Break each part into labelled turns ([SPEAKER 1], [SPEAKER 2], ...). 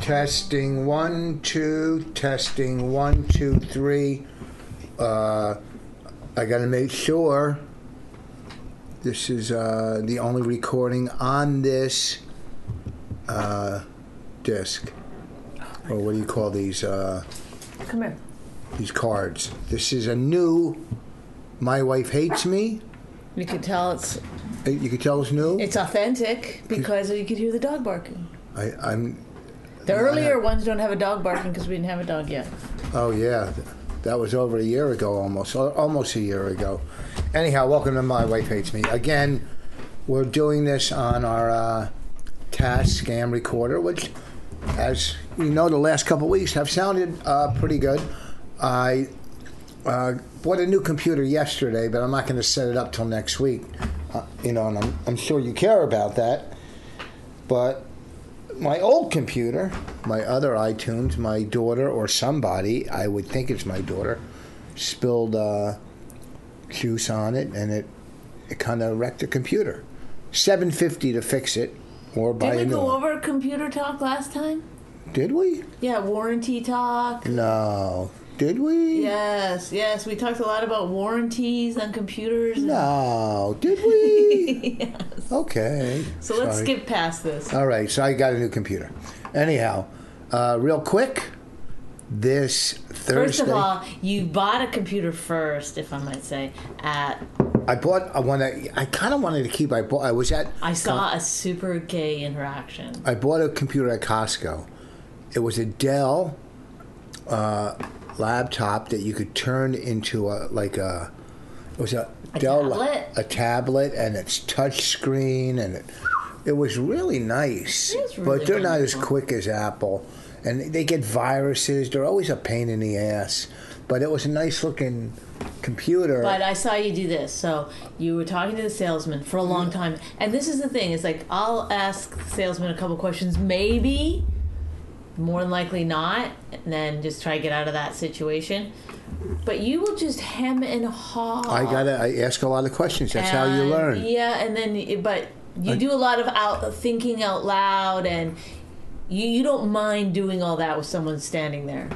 [SPEAKER 1] Testing one, two, testing one, two, three. Uh, I gotta make sure this is uh, the only recording on this uh, disc. Or what do you call these? Uh,
[SPEAKER 2] Come here.
[SPEAKER 1] these cards. This is a new My Wife Hates Me.
[SPEAKER 2] You could tell it's
[SPEAKER 1] Uh, You can tell it's new.
[SPEAKER 2] it's authentic because you could hear the dog barking.
[SPEAKER 1] I, I'm.
[SPEAKER 2] The earlier ones don't have a dog barking because we didn't have a dog yet.
[SPEAKER 1] Oh yeah, that was over a year ago, almost al- almost a year ago. Anyhow, welcome to my wife hates me again. We're doing this on our uh, TAS scam recorder, which, as you know, the last couple of weeks have sounded uh, pretty good. I uh, bought a new computer yesterday, but I'm not going to set it up till next week. Uh, you know, and I'm, I'm sure you care about that. But my old computer, my other iTunes, my daughter or somebody, I would think it's my daughter, spilled uh, juice on it, and it it kind of wrecked the computer. Seven fifty to fix it, or buy
[SPEAKER 2] Did we
[SPEAKER 1] a new
[SPEAKER 2] go
[SPEAKER 1] one.
[SPEAKER 2] over computer talk last time?
[SPEAKER 1] Did we?
[SPEAKER 2] Yeah, warranty talk.
[SPEAKER 1] No. Did we?
[SPEAKER 2] Yes, yes. We talked a lot about warranties on computers.
[SPEAKER 1] No. Did we?
[SPEAKER 2] yes.
[SPEAKER 1] okay.
[SPEAKER 2] So let's
[SPEAKER 1] Sorry.
[SPEAKER 2] skip past this.
[SPEAKER 1] All right, so I got a new computer. Anyhow, uh, real quick, this
[SPEAKER 2] First
[SPEAKER 1] Thursday.
[SPEAKER 2] of all, you bought a computer first, if I might say, at
[SPEAKER 1] I bought a one that I kind of wanted to keep. I bought. I was at.
[SPEAKER 2] I saw a super gay interaction.
[SPEAKER 1] I bought a computer at Costco. It was a Dell uh, laptop that you could turn into a like a. It was a, Dell la-
[SPEAKER 2] tablet?
[SPEAKER 1] a tablet, and it's touch screen, and it it was really nice.
[SPEAKER 2] It is
[SPEAKER 1] but
[SPEAKER 2] really
[SPEAKER 1] they're not as
[SPEAKER 2] wonderful.
[SPEAKER 1] quick as Apple, and they get viruses. They're always a pain in the ass. But it was a nice looking computer.
[SPEAKER 2] But I saw you do this. So you were talking to the salesman for a long
[SPEAKER 1] Mm-hmm.
[SPEAKER 2] time. And this is the thing, it's like I'll ask the salesman a couple questions, maybe, more than likely not, and then just try to get out of that situation. But you will just hem and haw.
[SPEAKER 1] I gotta. I ask a lot of questions. That's how you
[SPEAKER 2] uh, And-
[SPEAKER 1] learn.
[SPEAKER 2] Yeah, and then but you do a lot of out thinking out loud, and you you don't mind doing all that with someone standing there.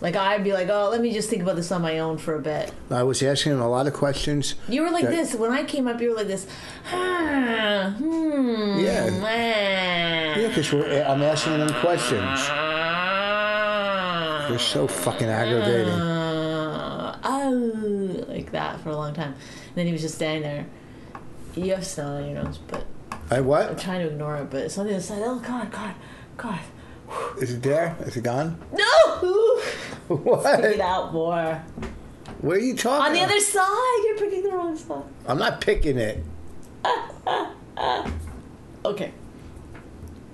[SPEAKER 2] Like I'd be like, oh, let me just think about this on my own for a bit.
[SPEAKER 1] I was asking him a lot of questions.
[SPEAKER 2] You were like
[SPEAKER 1] that-
[SPEAKER 2] this when I came up. You were like this. Ah, hmm.
[SPEAKER 1] Yeah.
[SPEAKER 2] ah,
[SPEAKER 1] Yeah, because eh, I'm asking them questions.
[SPEAKER 2] ah,
[SPEAKER 1] They're so fucking aggravating.
[SPEAKER 2] oh, Ah. like that for a long time. And then he was just standing there. You have snow on your nose, but
[SPEAKER 1] I
[SPEAKER 2] I'm
[SPEAKER 1] what?
[SPEAKER 2] trying to ignore it. But it's on the other side. Oh God, God, God.
[SPEAKER 1] Is it there? Is it gone?
[SPEAKER 2] No! Get
[SPEAKER 1] What?
[SPEAKER 2] out more.
[SPEAKER 1] What are you talking?
[SPEAKER 2] On the
[SPEAKER 1] about?
[SPEAKER 2] other side, you're picking the wrong spot.
[SPEAKER 1] I'm not picking it.
[SPEAKER 2] Okay.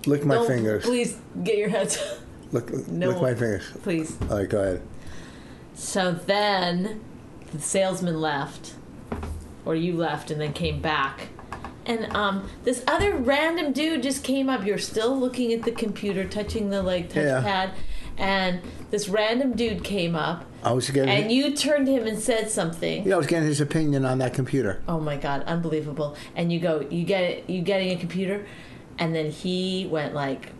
[SPEAKER 1] Lick my
[SPEAKER 2] Don't-
[SPEAKER 1] fingers.
[SPEAKER 2] Please get your heads.
[SPEAKER 1] Lick,
[SPEAKER 2] No.
[SPEAKER 1] lick my fingers.
[SPEAKER 2] please.
[SPEAKER 1] All right, go ahead.
[SPEAKER 2] So then the salesman left, or you left and then came back. And um, this other random dude just came up. You're still looking at the computer, touching the like
[SPEAKER 1] Yeah.
[SPEAKER 2] touchpad, and this random dude came up,
[SPEAKER 1] I was getting.
[SPEAKER 2] and you turned to him and said something.
[SPEAKER 1] yeah, I was getting his opinion on that computer.
[SPEAKER 2] Oh my god, unbelievable! And you go, you get it, you getting a computer, and then he went like,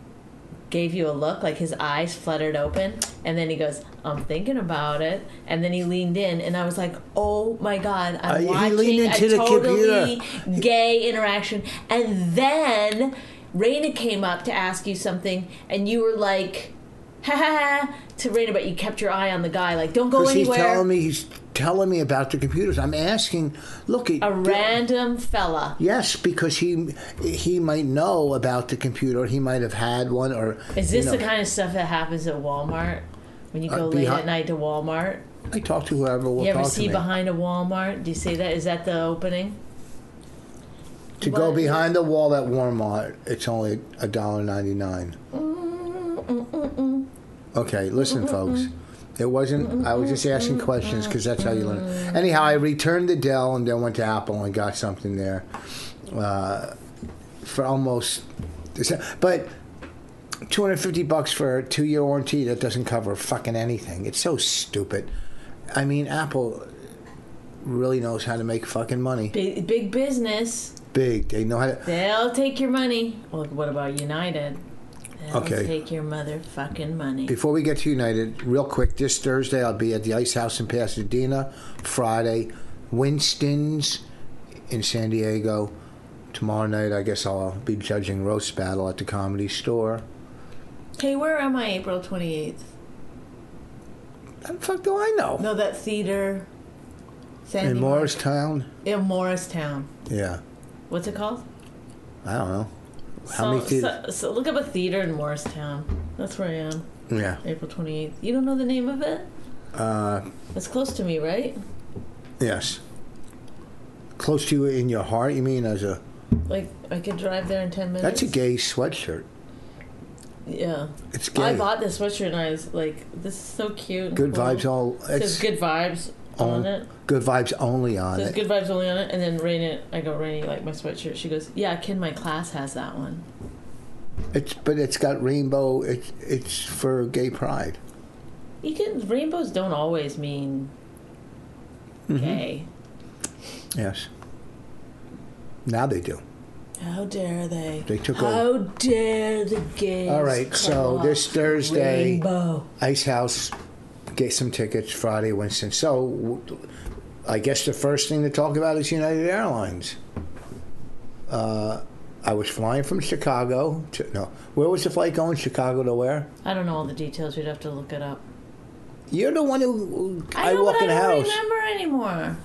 [SPEAKER 2] gave you a look, like his eyes fluttered open, and then he goes, "I'm thinking about it," and then he leaned in, and I was like, "Oh my god,
[SPEAKER 1] Uh,
[SPEAKER 2] I'm
[SPEAKER 1] he leaned
[SPEAKER 2] watching
[SPEAKER 1] into
[SPEAKER 2] a
[SPEAKER 1] the
[SPEAKER 2] totally gay interaction," and then Raina came up to ask you something, and you were like, "Ha ha." ha," To Raina, but you kept your eye on the guy, like, "Don't go
[SPEAKER 1] Because he's
[SPEAKER 2] anywhere."
[SPEAKER 1] telling me he's telling me about the computers. I'm asking, look, it,
[SPEAKER 2] A random fella.
[SPEAKER 1] yes, because he he might know about the computer. He might have had one, or
[SPEAKER 2] Is
[SPEAKER 1] you
[SPEAKER 2] this
[SPEAKER 1] know.
[SPEAKER 2] the kind of stuff that happens at Walmart? When you
[SPEAKER 1] Uh,
[SPEAKER 2] go late
[SPEAKER 1] behi-
[SPEAKER 2] at night to Walmart?
[SPEAKER 1] I talk to whoever will
[SPEAKER 2] You ever
[SPEAKER 1] talk to
[SPEAKER 2] see
[SPEAKER 1] me.
[SPEAKER 2] behind a Walmart? Do you say that? Is that the opening?
[SPEAKER 1] to go
[SPEAKER 2] what-
[SPEAKER 1] behind the wall at Walmart, it's only a dollar ninety nine. Okay, listen, folks. It wasn't. I was just asking questions because that's how you learn. Anyhow, I returned to Dell and then went to Apple and got something there uh, for almost. But two hundred fifty bucks for a two year warranty that doesn't cover fucking anything. It's so stupid. I mean, Apple really knows how to make fucking money.
[SPEAKER 2] Big, big business.
[SPEAKER 1] Big. They know how to.
[SPEAKER 2] They'll take your money. Well, what about United? They'll
[SPEAKER 1] Okay.
[SPEAKER 2] take your motherfucking money.
[SPEAKER 1] Before we get to United, real quick, this Thursday I'll be at the Ice House in Pasadena. Friday, Winston's in San Diego. Tomorrow night, I guess I'll be judging Roast Battle at the Comedy Store.
[SPEAKER 2] Hey, where am I April 28th?
[SPEAKER 1] How the fuck do I know?
[SPEAKER 2] No, that theater. Sandy
[SPEAKER 1] In
[SPEAKER 2] Mar-
[SPEAKER 1] Morristown?
[SPEAKER 2] in Morristown.
[SPEAKER 1] Yeah.
[SPEAKER 2] What's it called?
[SPEAKER 1] I don't know. How many theaters?
[SPEAKER 2] so, so look up a theater in Morristown. That's where I am.
[SPEAKER 1] Yeah.
[SPEAKER 2] April 28th. You don't know the name of it?
[SPEAKER 1] Uh,
[SPEAKER 2] It's close to me, right?
[SPEAKER 1] yes. Close to you in your heart, you mean? As a
[SPEAKER 2] Like I could drive there in 10 minutes.
[SPEAKER 1] that's a gay sweatshirt.
[SPEAKER 2] Yeah.
[SPEAKER 1] It's gay.
[SPEAKER 2] I bought this sweatshirt and I was like, this is so cute. and
[SPEAKER 1] good
[SPEAKER 2] cool.
[SPEAKER 1] vibes all.
[SPEAKER 2] It says
[SPEAKER 1] It's
[SPEAKER 2] good vibes on it.
[SPEAKER 1] good vibes only on
[SPEAKER 2] Says
[SPEAKER 1] it.
[SPEAKER 2] good vibes only on it. And then Rainy, I go, Rainy, you like my sweatshirt? She goes, yeah, kid, my class has that one.
[SPEAKER 1] It's but it's got rainbow. It's it's for gay pride.
[SPEAKER 2] You can, rainbows don't always mean
[SPEAKER 1] Mm-hmm.
[SPEAKER 2] gay.
[SPEAKER 1] Yes. Now they do.
[SPEAKER 2] How dare they?
[SPEAKER 1] They took
[SPEAKER 2] How dare the gays.
[SPEAKER 1] All right. So
[SPEAKER 2] call
[SPEAKER 1] this Thursday,
[SPEAKER 2] Rainbow.
[SPEAKER 1] Ice House, get some tickets Friday, Winston. So, w- I guess the first thing to talk about is United Airlines. Uh, I was flying from Chicago to no. Where was the flight going? Chicago to where?
[SPEAKER 2] I don't know all the details. We'd have to look it up.
[SPEAKER 1] You're the one who
[SPEAKER 2] I, know,
[SPEAKER 1] walk
[SPEAKER 2] but
[SPEAKER 1] in the
[SPEAKER 2] I don't
[SPEAKER 1] house.
[SPEAKER 2] remember anymore.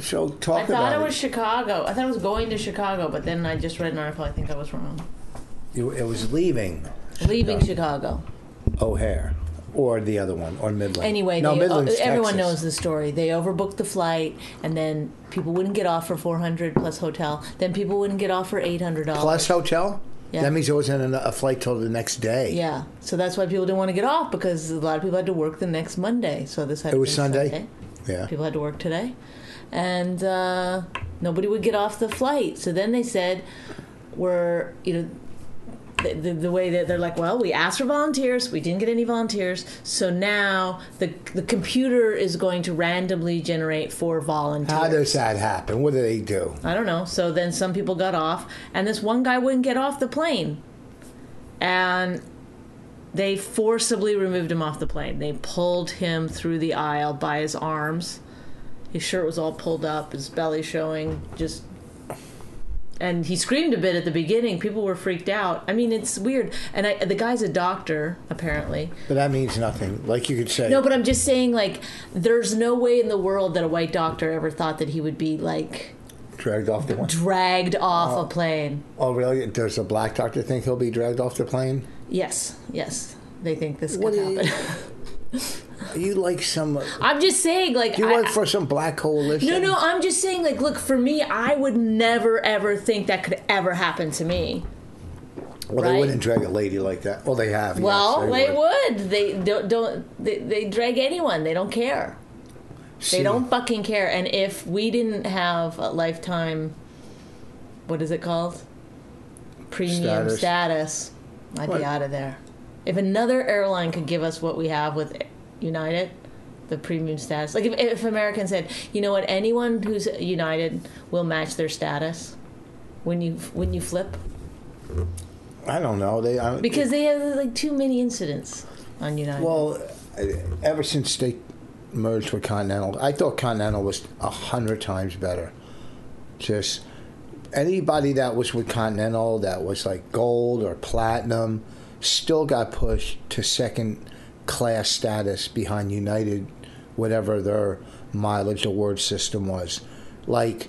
[SPEAKER 1] So talk
[SPEAKER 2] I
[SPEAKER 1] about
[SPEAKER 2] thought it was Chicago. I thought it was going to Chicago, but then I just read an article. I think I was wrong.
[SPEAKER 1] You- It was leaving
[SPEAKER 2] Leaving Chicago.
[SPEAKER 1] O'Hare or the other one or Midland.
[SPEAKER 2] Anyway,
[SPEAKER 1] no,
[SPEAKER 2] they, uh,
[SPEAKER 1] Midland's
[SPEAKER 2] everyone
[SPEAKER 1] Texas.
[SPEAKER 2] knows the story. They overbooked the flight, and then people wouldn't get off for four hundred plus hotel. Then people wouldn't get off for eight hundred dollars.
[SPEAKER 1] Plus hotel.
[SPEAKER 2] Yeah.
[SPEAKER 1] That means it wasn't an- a flight till the next day.
[SPEAKER 2] Yeah, so that's why people didn't want to get off because a lot of people had to work the next Monday. So this had
[SPEAKER 1] It
[SPEAKER 2] to
[SPEAKER 1] was
[SPEAKER 2] be
[SPEAKER 1] Sunday? Yeah.
[SPEAKER 2] People had to work today, and uh, nobody would get off the flight. So then they said, "We're you know." The, the, the way that they're like, well, we asked for volunteers, we didn't get any volunteers, so now the the computer is going to randomly generate for volunteers.
[SPEAKER 1] How does that happen? What do they do?
[SPEAKER 2] I don't know. So then some people got off, and this one guy wouldn't get off the plane. And they forcibly removed him off the plane. They pulled him through the aisle by his arms. His shirt was all pulled up, his belly showing, just. And he screamed a bit at the beginning. People were freaked out. I mean, it's weird. And I, the guy's a doctor, apparently.
[SPEAKER 1] But that means nothing. Like you could say.
[SPEAKER 2] No, but I'm just saying, like, there's no way in the world that a white doctor ever thought that he would be, like,
[SPEAKER 1] dragged off the one.
[SPEAKER 2] dragged off a plane.
[SPEAKER 1] Oh, really? Does a black doctor think he'll be dragged off the plane?
[SPEAKER 2] Yes, yes. They think this
[SPEAKER 1] What
[SPEAKER 2] could
[SPEAKER 1] do you-
[SPEAKER 2] happen.
[SPEAKER 1] You like some?
[SPEAKER 2] I'm just saying, like,
[SPEAKER 1] You
[SPEAKER 2] I-
[SPEAKER 1] work for some black coalition?
[SPEAKER 2] no, no. I'm just saying, like, look, for me, I would never ever think that could ever happen to me.
[SPEAKER 1] Well, they
[SPEAKER 2] right.
[SPEAKER 1] wouldn't drag a lady like that. Well, they have. yes,
[SPEAKER 2] Well,
[SPEAKER 1] they
[SPEAKER 2] they would. They don't. don't they, they drag anyone. They don't care.
[SPEAKER 1] See,
[SPEAKER 2] They don't fucking care. And if we didn't have a lifetime, what is it called? Premium
[SPEAKER 1] Status.
[SPEAKER 2] status, I'd
[SPEAKER 1] What?
[SPEAKER 2] be out of there. If another airline could give us what we have with United, the premium status, like if, if American said, you know what, anyone who's United will match their status when you when you flip,
[SPEAKER 1] I don't know. They I,
[SPEAKER 2] because they have like too many incidents on United.
[SPEAKER 1] Well, ever since they merged with Continental, I thought Continental was a hundred times better. Just anybody that was with Continental that was like gold or platinum still got pushed to second class status behind United whatever their mileage award system was. Like,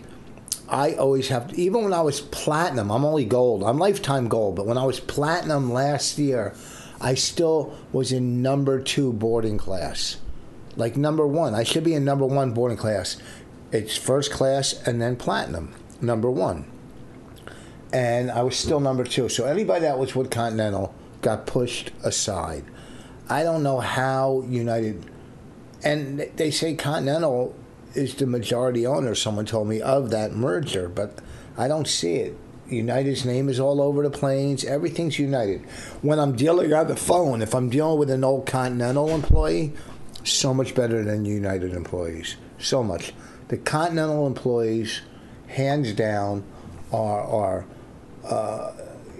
[SPEAKER 1] I always have, even when I was platinum, I'm only gold, I'm lifetime gold, but when I was platinum last year, I still was in number two boarding class. Like, number one, I should be in number one boarding class. It's first class and then platinum, number one. And I was still number two. So anybody that was with Continental got pushed aside. I don't know how United and they say Continental is the majority owner. Someone told me of that merger, but I don't see it. United's name is all over the planes. Everything's United. When I'm dealing on the phone, if I'm dealing with an old Continental employee, so much better than United employees. So much. The Continental employees, hands down, are are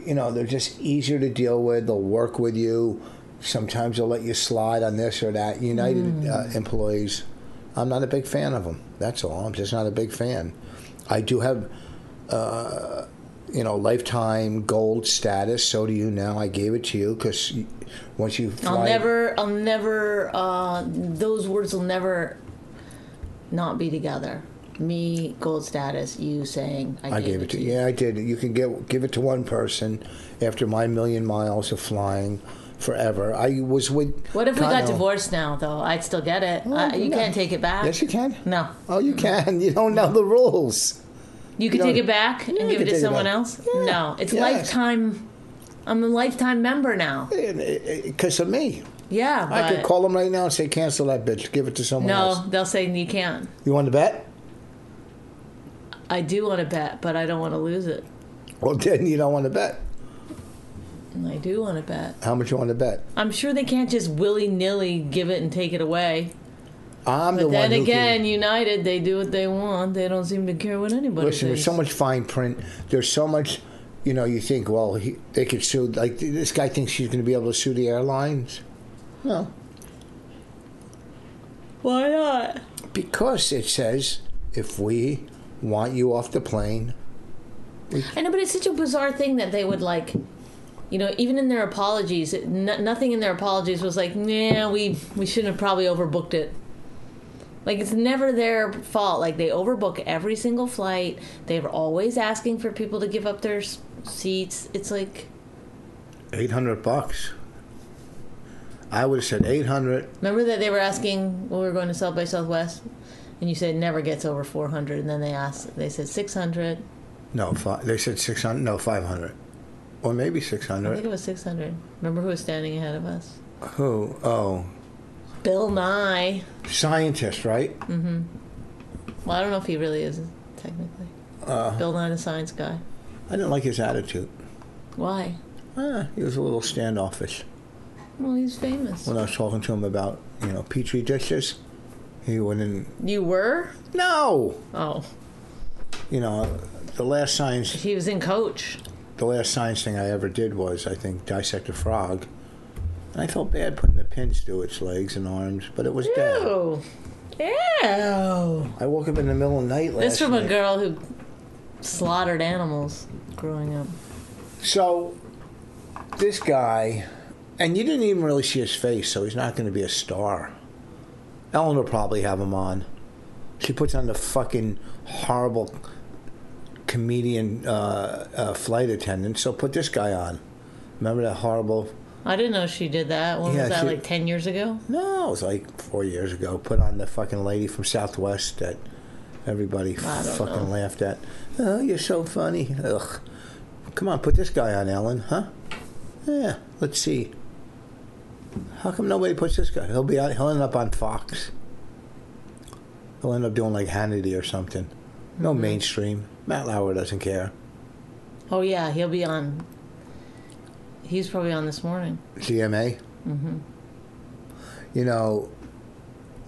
[SPEAKER 1] you know they're just easier to deal with. They'll work with you. Sometimes they'll let you slide on this or that. United
[SPEAKER 2] Hmm.
[SPEAKER 1] uh, employees, I'm not a big fan of them. That's all. I'm just not a big fan. I do have, uh, you know, lifetime gold status. So do you now. I gave it to you because once you fly,
[SPEAKER 2] I'll never, I'll never, uh, those words will never not be together. Me, gold status, you saying, I,
[SPEAKER 1] I gave it to you. Yeah, I did. You can get give it to one person after my million miles of flying forever. I was with.
[SPEAKER 2] What if we got
[SPEAKER 1] Continental.
[SPEAKER 2] divorced now, though? I'd still get it. I, you
[SPEAKER 1] no.
[SPEAKER 2] can't take it back.
[SPEAKER 1] Yes, you can.
[SPEAKER 2] No.
[SPEAKER 1] Oh, you can. You don't know the rules.
[SPEAKER 2] You can
[SPEAKER 1] No.
[SPEAKER 2] take it back and
[SPEAKER 1] you
[SPEAKER 2] give
[SPEAKER 1] can take
[SPEAKER 2] it to
[SPEAKER 1] it
[SPEAKER 2] someone
[SPEAKER 1] back.
[SPEAKER 2] else?
[SPEAKER 1] Yeah.
[SPEAKER 2] No. It's
[SPEAKER 1] Yeah.
[SPEAKER 2] lifetime. I'm a lifetime member now.
[SPEAKER 1] Because of me.
[SPEAKER 2] Yeah, but
[SPEAKER 1] I could call them right now and say, cancel that bitch. Give it to someone
[SPEAKER 2] no,
[SPEAKER 1] else.
[SPEAKER 2] they'll say you can't.
[SPEAKER 1] You want to bet?
[SPEAKER 2] I do want to bet, but I don't want to lose it.
[SPEAKER 1] Well, then you don't want to bet.
[SPEAKER 2] And I do want to bet.
[SPEAKER 1] How much you want to bet?
[SPEAKER 2] I'm sure they can't just willy nilly give it and take it away.
[SPEAKER 1] I'm the
[SPEAKER 2] But then
[SPEAKER 1] one who
[SPEAKER 2] again,
[SPEAKER 1] can-
[SPEAKER 2] United, they do what they want. They don't seem to care what anybody
[SPEAKER 1] Listen,
[SPEAKER 2] thinks.
[SPEAKER 1] there's so much fine print. There's so much, you know, you think, well, he, they could sue. Like, this guy thinks he's going to be able to sue the airlines. No.
[SPEAKER 2] Why not?
[SPEAKER 1] Because it says, if we want you off the plane,
[SPEAKER 2] I know, but it's such a bizarre thing that they would like. You know, even in their apologies, it, n- nothing in their apologies was like, "Nah, we we shouldn't have probably overbooked it." Like it's never their fault. Like they overbook every single flight. They're always asking for people to give up their s- seats. It's like
[SPEAKER 1] 800 bucks. I would have said 800
[SPEAKER 2] remember that they were asking when we were going to South by Southwest, and you said never gets over four hundred, and then they asked, they said six hundred.
[SPEAKER 1] No, five, they said 600. No, 500. Or maybe
[SPEAKER 2] I think
[SPEAKER 1] 600.
[SPEAKER 2] it was six hundred. Remember who was standing ahead of us?
[SPEAKER 1] Who? Oh.
[SPEAKER 2] Bill Nye.
[SPEAKER 1] Scientist, right?
[SPEAKER 2] Well, I don't know if he really is technically.
[SPEAKER 1] Uh.
[SPEAKER 2] Bill Nye the Science Guy.
[SPEAKER 1] I didn't like his attitude.
[SPEAKER 2] Why?
[SPEAKER 1] Ah, he was a little standoffish.
[SPEAKER 2] Well, he's famous.
[SPEAKER 1] When I was talking to him about, you know, petri dishes, he wouldn't.
[SPEAKER 2] You were?
[SPEAKER 1] No!
[SPEAKER 2] Oh,
[SPEAKER 1] You know, the last science
[SPEAKER 2] he was in Coach.
[SPEAKER 1] the last science thing I ever did was, I think, dissect a frog. And I felt bad putting the pins through its legs and arms, but it was dead.
[SPEAKER 2] Ew. Ew.
[SPEAKER 1] I woke up in the middle of the night last
[SPEAKER 2] This from a
[SPEAKER 1] night.
[SPEAKER 2] girl who slaughtered animals growing up.
[SPEAKER 1] So, this guy, and you didn't even really see his face, so he's not going to be a star. Ellen will probably have him on. She puts on the fucking horrible comedian uh, uh, flight attendant, so put this guy on. Remember that horrible?
[SPEAKER 2] I didn't know she did that. When
[SPEAKER 1] Yeah,
[SPEAKER 2] was that,
[SPEAKER 1] she-
[SPEAKER 2] like 10 years ago?
[SPEAKER 1] No, it was like four years ago. Put on the fucking lady from Southwest that everybody
[SPEAKER 2] I don't
[SPEAKER 1] fucking
[SPEAKER 2] know.
[SPEAKER 1] laughed at. Oh, you're so funny. Ugh. Come on, put this guy on, Ellen, huh? Yeah, let's see. How come nobody puts this guy? He'll be on, he'll end up on Fox. He'll end up doing like Hannity or something.
[SPEAKER 2] Mm-hmm.
[SPEAKER 1] No mainstream. Matt Lauer doesn't care.
[SPEAKER 2] Oh, yeah, he'll be on. He's probably on this morning.
[SPEAKER 1] GMA. Mm-hmm. You know,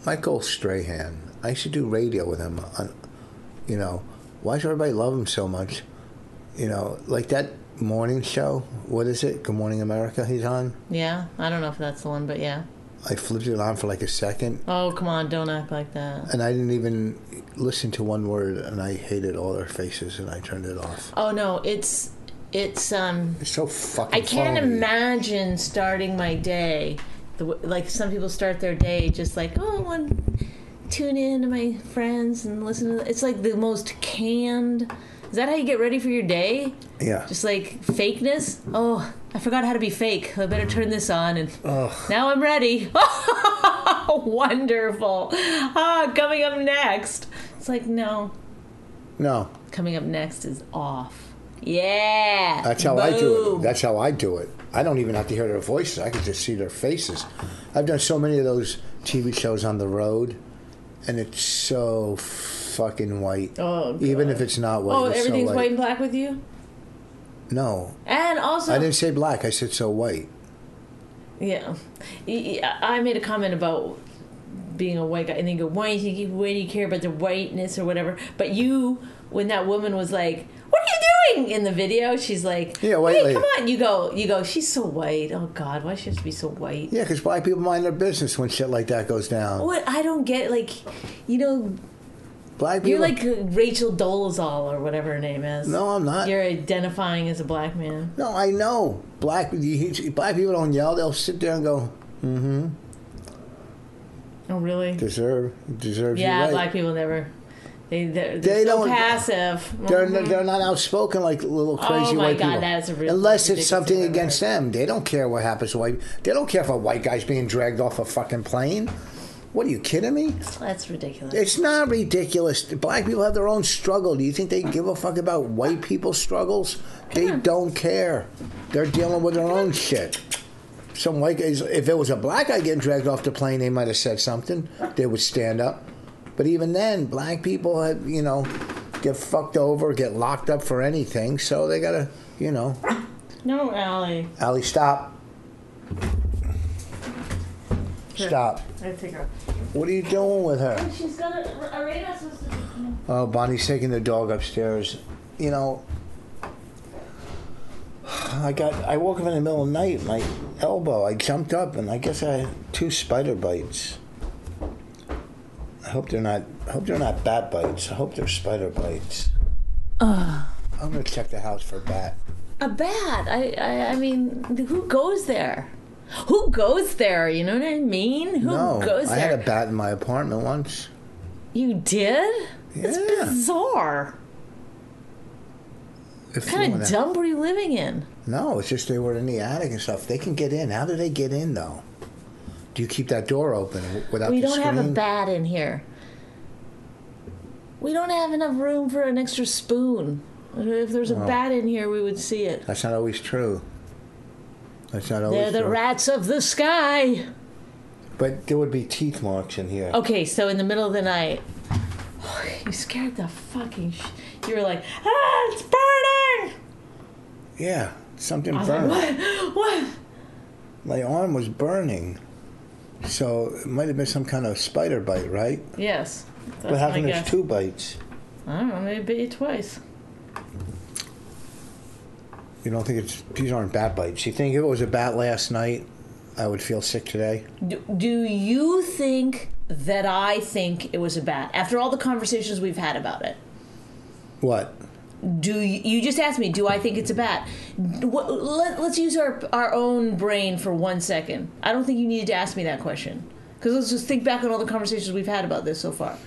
[SPEAKER 1] Michael Strahan. I used to do radio with him. On, you know, why does everybody love him so much? You know, like that morning show. What is it? Good Morning America. He's on.
[SPEAKER 2] Yeah? I don't know if that's the one, but yeah.
[SPEAKER 1] I flipped it on for like a second,
[SPEAKER 2] Oh, come on, don't act like that.
[SPEAKER 1] and I didn't even listen to one word, and I hated all their faces, and I turned it off.
[SPEAKER 2] Oh, no, it's. It's, um.
[SPEAKER 1] It's so fucking.
[SPEAKER 2] I can't
[SPEAKER 1] phony.
[SPEAKER 2] imagine starting my day. The, w- like some people start their day just like, oh, one, tune in to my friends and listen to. It's like the most canned. Is that how you get ready for your day?
[SPEAKER 1] Yeah.
[SPEAKER 2] Just like fakeness. Oh, I forgot how to be fake. I better turn this on and now I'm ready. Wonderful. Ah, coming up next. It's like no,
[SPEAKER 1] no,
[SPEAKER 2] coming up next is off. Yeah.
[SPEAKER 1] that's how I do
[SPEAKER 2] Boom.
[SPEAKER 1] it. That's how I do it. I don't even have to hear their voices. I can just see their faces. I've done so many of those TV shows on the road, and it's so fucking white.
[SPEAKER 2] Oh,
[SPEAKER 1] even if it's not white.
[SPEAKER 2] Oh,
[SPEAKER 1] it's so
[SPEAKER 2] everything's white and black with you.
[SPEAKER 1] No,
[SPEAKER 2] And also,
[SPEAKER 1] I didn't say black. I said so white.
[SPEAKER 2] Yeah, Y- y- I made a comment about being a white guy, and they go, "Why do you think you, why do you care about the whiteness or whatever?" But you, when that woman was like, "What are you doing?" in the video, she's like,
[SPEAKER 1] Yeah, white
[SPEAKER 2] "Hey,
[SPEAKER 1] lady."
[SPEAKER 2] come on!" You go, you go. She's so white. Oh God, why she has to be so white?
[SPEAKER 1] Yeah, because black people mind their business when shit like that goes down.
[SPEAKER 2] What I don't get, like, you know,
[SPEAKER 1] Black people.
[SPEAKER 2] you're like Rachel Dolezal or whatever her name is.
[SPEAKER 1] no, I'm not.
[SPEAKER 2] you're identifying as a black man.
[SPEAKER 1] No, I know. Black you- black people don't yell. They'll sit there and go,
[SPEAKER 2] Oh, really?
[SPEAKER 1] "Deserve, deserves
[SPEAKER 2] Yeah,
[SPEAKER 1] you right."
[SPEAKER 2] black people never. They they're, they're
[SPEAKER 1] They
[SPEAKER 2] so
[SPEAKER 1] don't-
[SPEAKER 2] passive. Mhm.
[SPEAKER 1] they're, they're not outspoken like little crazy
[SPEAKER 2] Oh my
[SPEAKER 1] white
[SPEAKER 2] God,
[SPEAKER 1] people.
[SPEAKER 2] that is a real-
[SPEAKER 1] Unless it's
[SPEAKER 2] ridiculous
[SPEAKER 1] something
[SPEAKER 2] thing I've
[SPEAKER 1] against them, they don't care what happens to white. They don't care if a white guy's being dragged off a fucking plane. What are you kidding me?
[SPEAKER 2] That's ridiculous.
[SPEAKER 1] It's not ridiculous. Black people have their own struggle. Do you think they give a fuck about white people's struggles? They don't care. They're dealing with their own shit. Some white guys, if it was a black guy getting dragged off the plane, they might have said something. They would stand up. But even then, black people, have, you know, get fucked over, get locked up for anything. So they gotta, you know,
[SPEAKER 2] No, Allie.
[SPEAKER 1] Allie, stop. Stop.
[SPEAKER 2] I take her.
[SPEAKER 1] What are you doing with her?
[SPEAKER 2] She's gonna. Arena's supposed to.
[SPEAKER 1] Oh, Bonnie's taking the dog upstairs. You know, I got I woke up in the middle of the night, my elbow. I jumped up and I guess I had two spider bites. I hope they're not I hope they're not bat bites. I hope they're spider bites. I'm gonna check the house for bat.
[SPEAKER 2] A bat. I, I. I mean, who goes there? Who goes there? You know what I mean? Who
[SPEAKER 1] no,
[SPEAKER 2] goes
[SPEAKER 1] I
[SPEAKER 2] there?
[SPEAKER 1] had a bat in my apartment once.
[SPEAKER 2] you did? That's
[SPEAKER 1] Yeah.
[SPEAKER 2] bizarre.
[SPEAKER 1] If you
[SPEAKER 2] What kind
[SPEAKER 1] wanna-
[SPEAKER 2] of dump were you living in?
[SPEAKER 1] No, it's just they were in the attic and stuff. They can get in. How do they get in though? Do you keep that door open without
[SPEAKER 2] We
[SPEAKER 1] the
[SPEAKER 2] don't
[SPEAKER 1] screen?
[SPEAKER 2] have a bat in here. We don't have enough room for an extra spoon. If there's a bat in here, we would see it.
[SPEAKER 1] That's not always true. That's not always
[SPEAKER 2] They're the
[SPEAKER 1] true.
[SPEAKER 2] rats of the sky.
[SPEAKER 1] But there would be teeth marks in here.
[SPEAKER 2] Okay, so in the middle of the night, you scared the fucking. Sh- you were like, ah, it's burning.
[SPEAKER 1] Yeah, something
[SPEAKER 2] I was
[SPEAKER 1] burned.
[SPEAKER 2] like, what? What?
[SPEAKER 1] My arm was burning. So it might have been some kind of spider bite, right?
[SPEAKER 2] Yes. That's
[SPEAKER 1] but how
[SPEAKER 2] my
[SPEAKER 1] come there's
[SPEAKER 2] guess.
[SPEAKER 1] two bites?
[SPEAKER 2] I don't know. Maybe bit you twice.
[SPEAKER 1] You don't think it's these aren't bat bites. You think if it was a bat last night, I would feel sick today?
[SPEAKER 2] Do, do you think that I think it was a bat? After all the conversations we've had about it,
[SPEAKER 1] What?
[SPEAKER 2] do you, you just asked me? Do I think it's a bat? What, let, let's use our our own brain for one second. I don't think you needed to ask me that question because let's just think back on all the conversations we've had about this so far.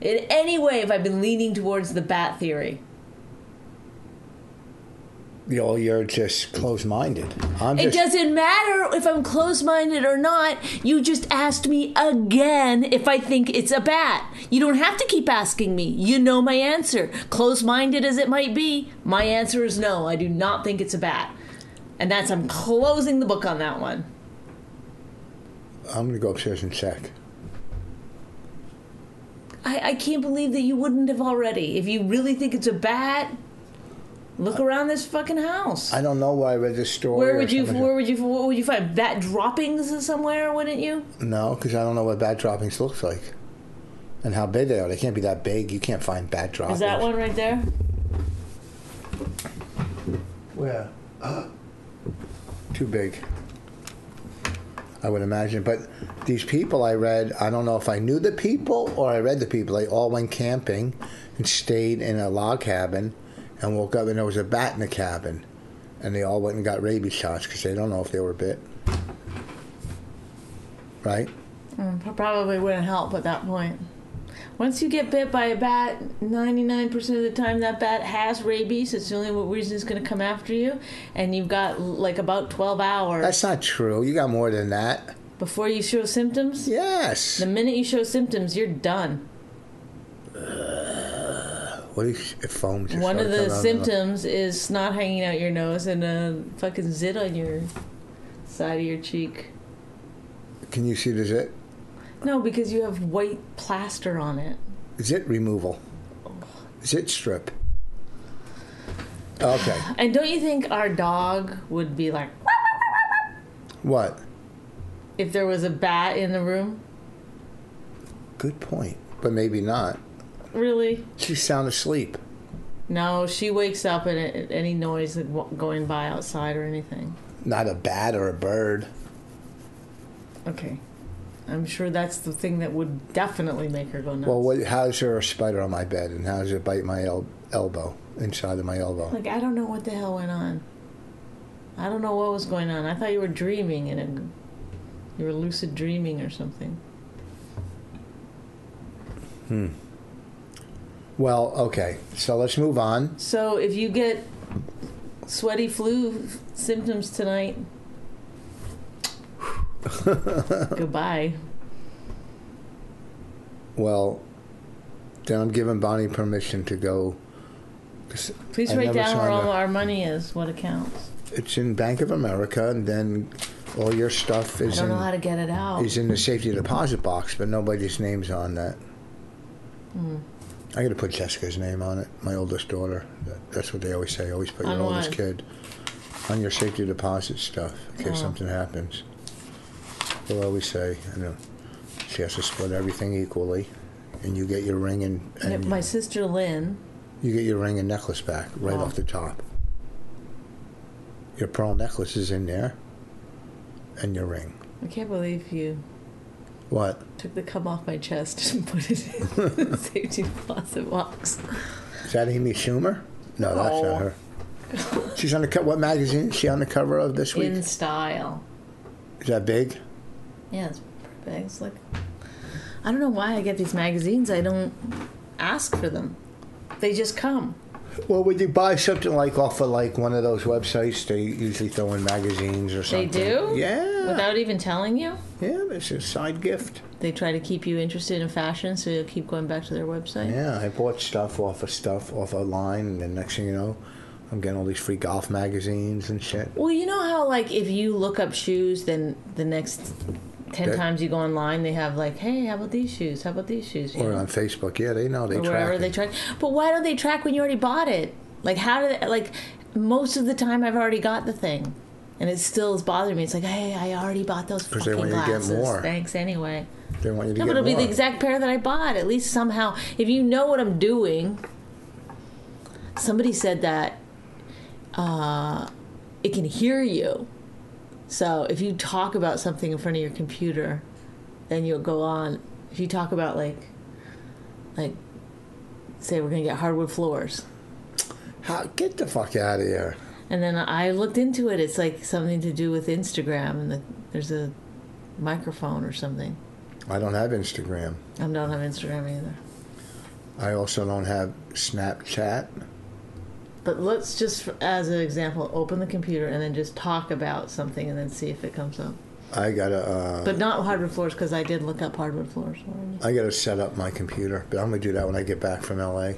[SPEAKER 2] In any way, have I been leaning towards the bat theory?
[SPEAKER 1] You know, you're just closed minded. I'm
[SPEAKER 2] It
[SPEAKER 1] just
[SPEAKER 2] doesn't matter if I'm closed minded or not. You just asked me again if I think it's a bat. You don't have to keep asking me. You know my answer. Closed minded as it might be, my answer is no. I do not think it's a bat. And that's, I'm closing the book on that one.
[SPEAKER 1] I'm gonna go upstairs and check.
[SPEAKER 2] I, I can't believe that you wouldn't have already. If you really think it's a bat, look around this fucking house.
[SPEAKER 1] I don't know where I read this story.
[SPEAKER 2] where
[SPEAKER 1] or
[SPEAKER 2] would you?
[SPEAKER 1] something.
[SPEAKER 2] Where would you? What would you find? Bat droppings somewhere, wouldn't you?
[SPEAKER 1] No, because I don't know what bat droppings looks like, and how big they are. They can't be that big. You can't find bat droppings.
[SPEAKER 2] Is that one right there?
[SPEAKER 1] Where? Too big. I would imagine. But these people I read, I don't know if I knew the people or I read the people. They all went camping and stayed in a log cabin and woke up and there was a bat in the cabin. And they all went and got rabies shots because they don't know if they were bit. Right?
[SPEAKER 2] Mm, Probably wouldn't help at that point. Once you get bit by a bat, 99% of the time that bat has rabies. It's the only reason it's going to come after you. And you've got like about 12 hours
[SPEAKER 1] That's not true. You got more than that.
[SPEAKER 2] before you show symptoms.
[SPEAKER 1] Yes.
[SPEAKER 2] The minute you show symptoms, you're done.
[SPEAKER 1] What if it foams? or
[SPEAKER 2] One of
[SPEAKER 1] something?
[SPEAKER 2] the
[SPEAKER 1] I don't know.
[SPEAKER 2] symptoms is snot hanging out your nose and a fucking zit on your side of your cheek.
[SPEAKER 1] Can you see the zit?
[SPEAKER 2] No, because you have white plaster on it.
[SPEAKER 1] Zit removal. Zit strip. Okay.
[SPEAKER 2] And don't you think our dog would be like,
[SPEAKER 1] What?
[SPEAKER 2] if there was a bat in the room?
[SPEAKER 1] Good point. But maybe not.
[SPEAKER 2] Really?
[SPEAKER 1] She's sound asleep.
[SPEAKER 2] No, she wakes up at at any noise that wa- going by outside or anything.
[SPEAKER 1] Not a bat or a bird.
[SPEAKER 2] Okay. I'm sure that's the thing that would definitely make her go nuts.
[SPEAKER 1] Well, what, how's there a spider on my bed, and how does it bite my el- elbow, inside of my elbow?
[SPEAKER 2] like, I don't know what the hell went on. I don't know what was going on. I thought you were dreaming and it, you were lucid dreaming or something.
[SPEAKER 1] Well, okay. So let's move on.
[SPEAKER 2] So if you get sweaty flu f- symptoms tonight, goodbye.
[SPEAKER 1] Well, then I'm giving Bonnie permission to go. 'cause
[SPEAKER 2] Please
[SPEAKER 1] I
[SPEAKER 2] write
[SPEAKER 1] never
[SPEAKER 2] down where
[SPEAKER 1] signed
[SPEAKER 2] all
[SPEAKER 1] up.
[SPEAKER 2] our money is, what accounts.
[SPEAKER 1] It's in Bank of America, and then all your stuff
[SPEAKER 2] I
[SPEAKER 1] is
[SPEAKER 2] don't
[SPEAKER 1] in,
[SPEAKER 2] know how to get it out.
[SPEAKER 1] is in the safety deposit box, but nobody's name's on that.
[SPEAKER 2] Hmm.
[SPEAKER 1] I got to put Jessica's name on it, my oldest daughter. That- That's what they always say. Always put
[SPEAKER 2] On
[SPEAKER 1] your oldest
[SPEAKER 2] what?
[SPEAKER 1] kid on your safety deposit stuff in case
[SPEAKER 2] Oh.
[SPEAKER 1] something happens. They'll always say, you know, she has to split everything equally, and you get your ring and, and
[SPEAKER 2] My sister Lynn,
[SPEAKER 1] You get your ring and necklace back right
[SPEAKER 2] Oh.
[SPEAKER 1] off the top. Your pearl necklace is in there, and your ring.
[SPEAKER 2] I can't believe you
[SPEAKER 1] What?
[SPEAKER 2] took the cum off my chest and put it in the safety deposit box.
[SPEAKER 1] Is that Amy Schumer? No, that's
[SPEAKER 2] No.
[SPEAKER 1] not her. She's on the cover. What magazine is she on the cover of this week?
[SPEAKER 2] In style.
[SPEAKER 1] Is that big?
[SPEAKER 2] Yeah, it's pretty big. It's like I don't know why I get these magazines. I don't ask for them. They just come.
[SPEAKER 1] Well, would you buy something like off of like one of those websites? They usually throw in magazines or
[SPEAKER 2] They
[SPEAKER 1] something.
[SPEAKER 2] do?
[SPEAKER 1] Yeah.
[SPEAKER 2] Without even telling you?
[SPEAKER 1] yeah, it's a side gift.
[SPEAKER 2] They try to keep you interested in fashion so you'll keep going back to their website.
[SPEAKER 1] Yeah, I bought stuff off of stuff off of line, and then next thing you know, I'm getting all these free golf magazines and shit.
[SPEAKER 2] Well, you know how like if you look up shoes, then the next ten
[SPEAKER 1] That-
[SPEAKER 2] times you go online, they have like, hey, how about these shoes? How about these shoes? You
[SPEAKER 1] Or
[SPEAKER 2] know?
[SPEAKER 1] on Facebook, yeah, they know they
[SPEAKER 2] or
[SPEAKER 1] track.
[SPEAKER 2] wherever
[SPEAKER 1] it.
[SPEAKER 2] they track. But why don't they track when you already bought it? Like how do they, like most of the time I've already got the thing, and it still is bothering me. It's like hey, I already bought those
[SPEAKER 1] 'Cause they
[SPEAKER 2] fucking
[SPEAKER 1] want you to get
[SPEAKER 2] glasses.
[SPEAKER 1] more.
[SPEAKER 2] Thanks anyway.
[SPEAKER 1] They want you to
[SPEAKER 2] No,
[SPEAKER 1] get
[SPEAKER 2] but it'll be
[SPEAKER 1] more.
[SPEAKER 2] the exact pair that I bought. At least somehow, if you know what I'm doing. Somebody said that uh, it can hear you. So if you talk about something in front of your computer, then you'll go on. If you talk about like, like, say we're gonna get hardwood floors,
[SPEAKER 1] How, get the fuck out of here.
[SPEAKER 2] and then I looked into it. It's like something to do with Instagram, and the, there's a microphone or something.
[SPEAKER 1] I don't have Instagram.
[SPEAKER 2] I don't have Instagram either.
[SPEAKER 1] I also don't have Snapchat.
[SPEAKER 2] But let's just, as an example, open the computer and then just talk about something and then see if it comes up.
[SPEAKER 1] I gotta, uh,
[SPEAKER 2] But not hardwood floors because I did look up hardwood floors.
[SPEAKER 1] I gotta set up my computer. But I'm gonna do that when I get back from LA.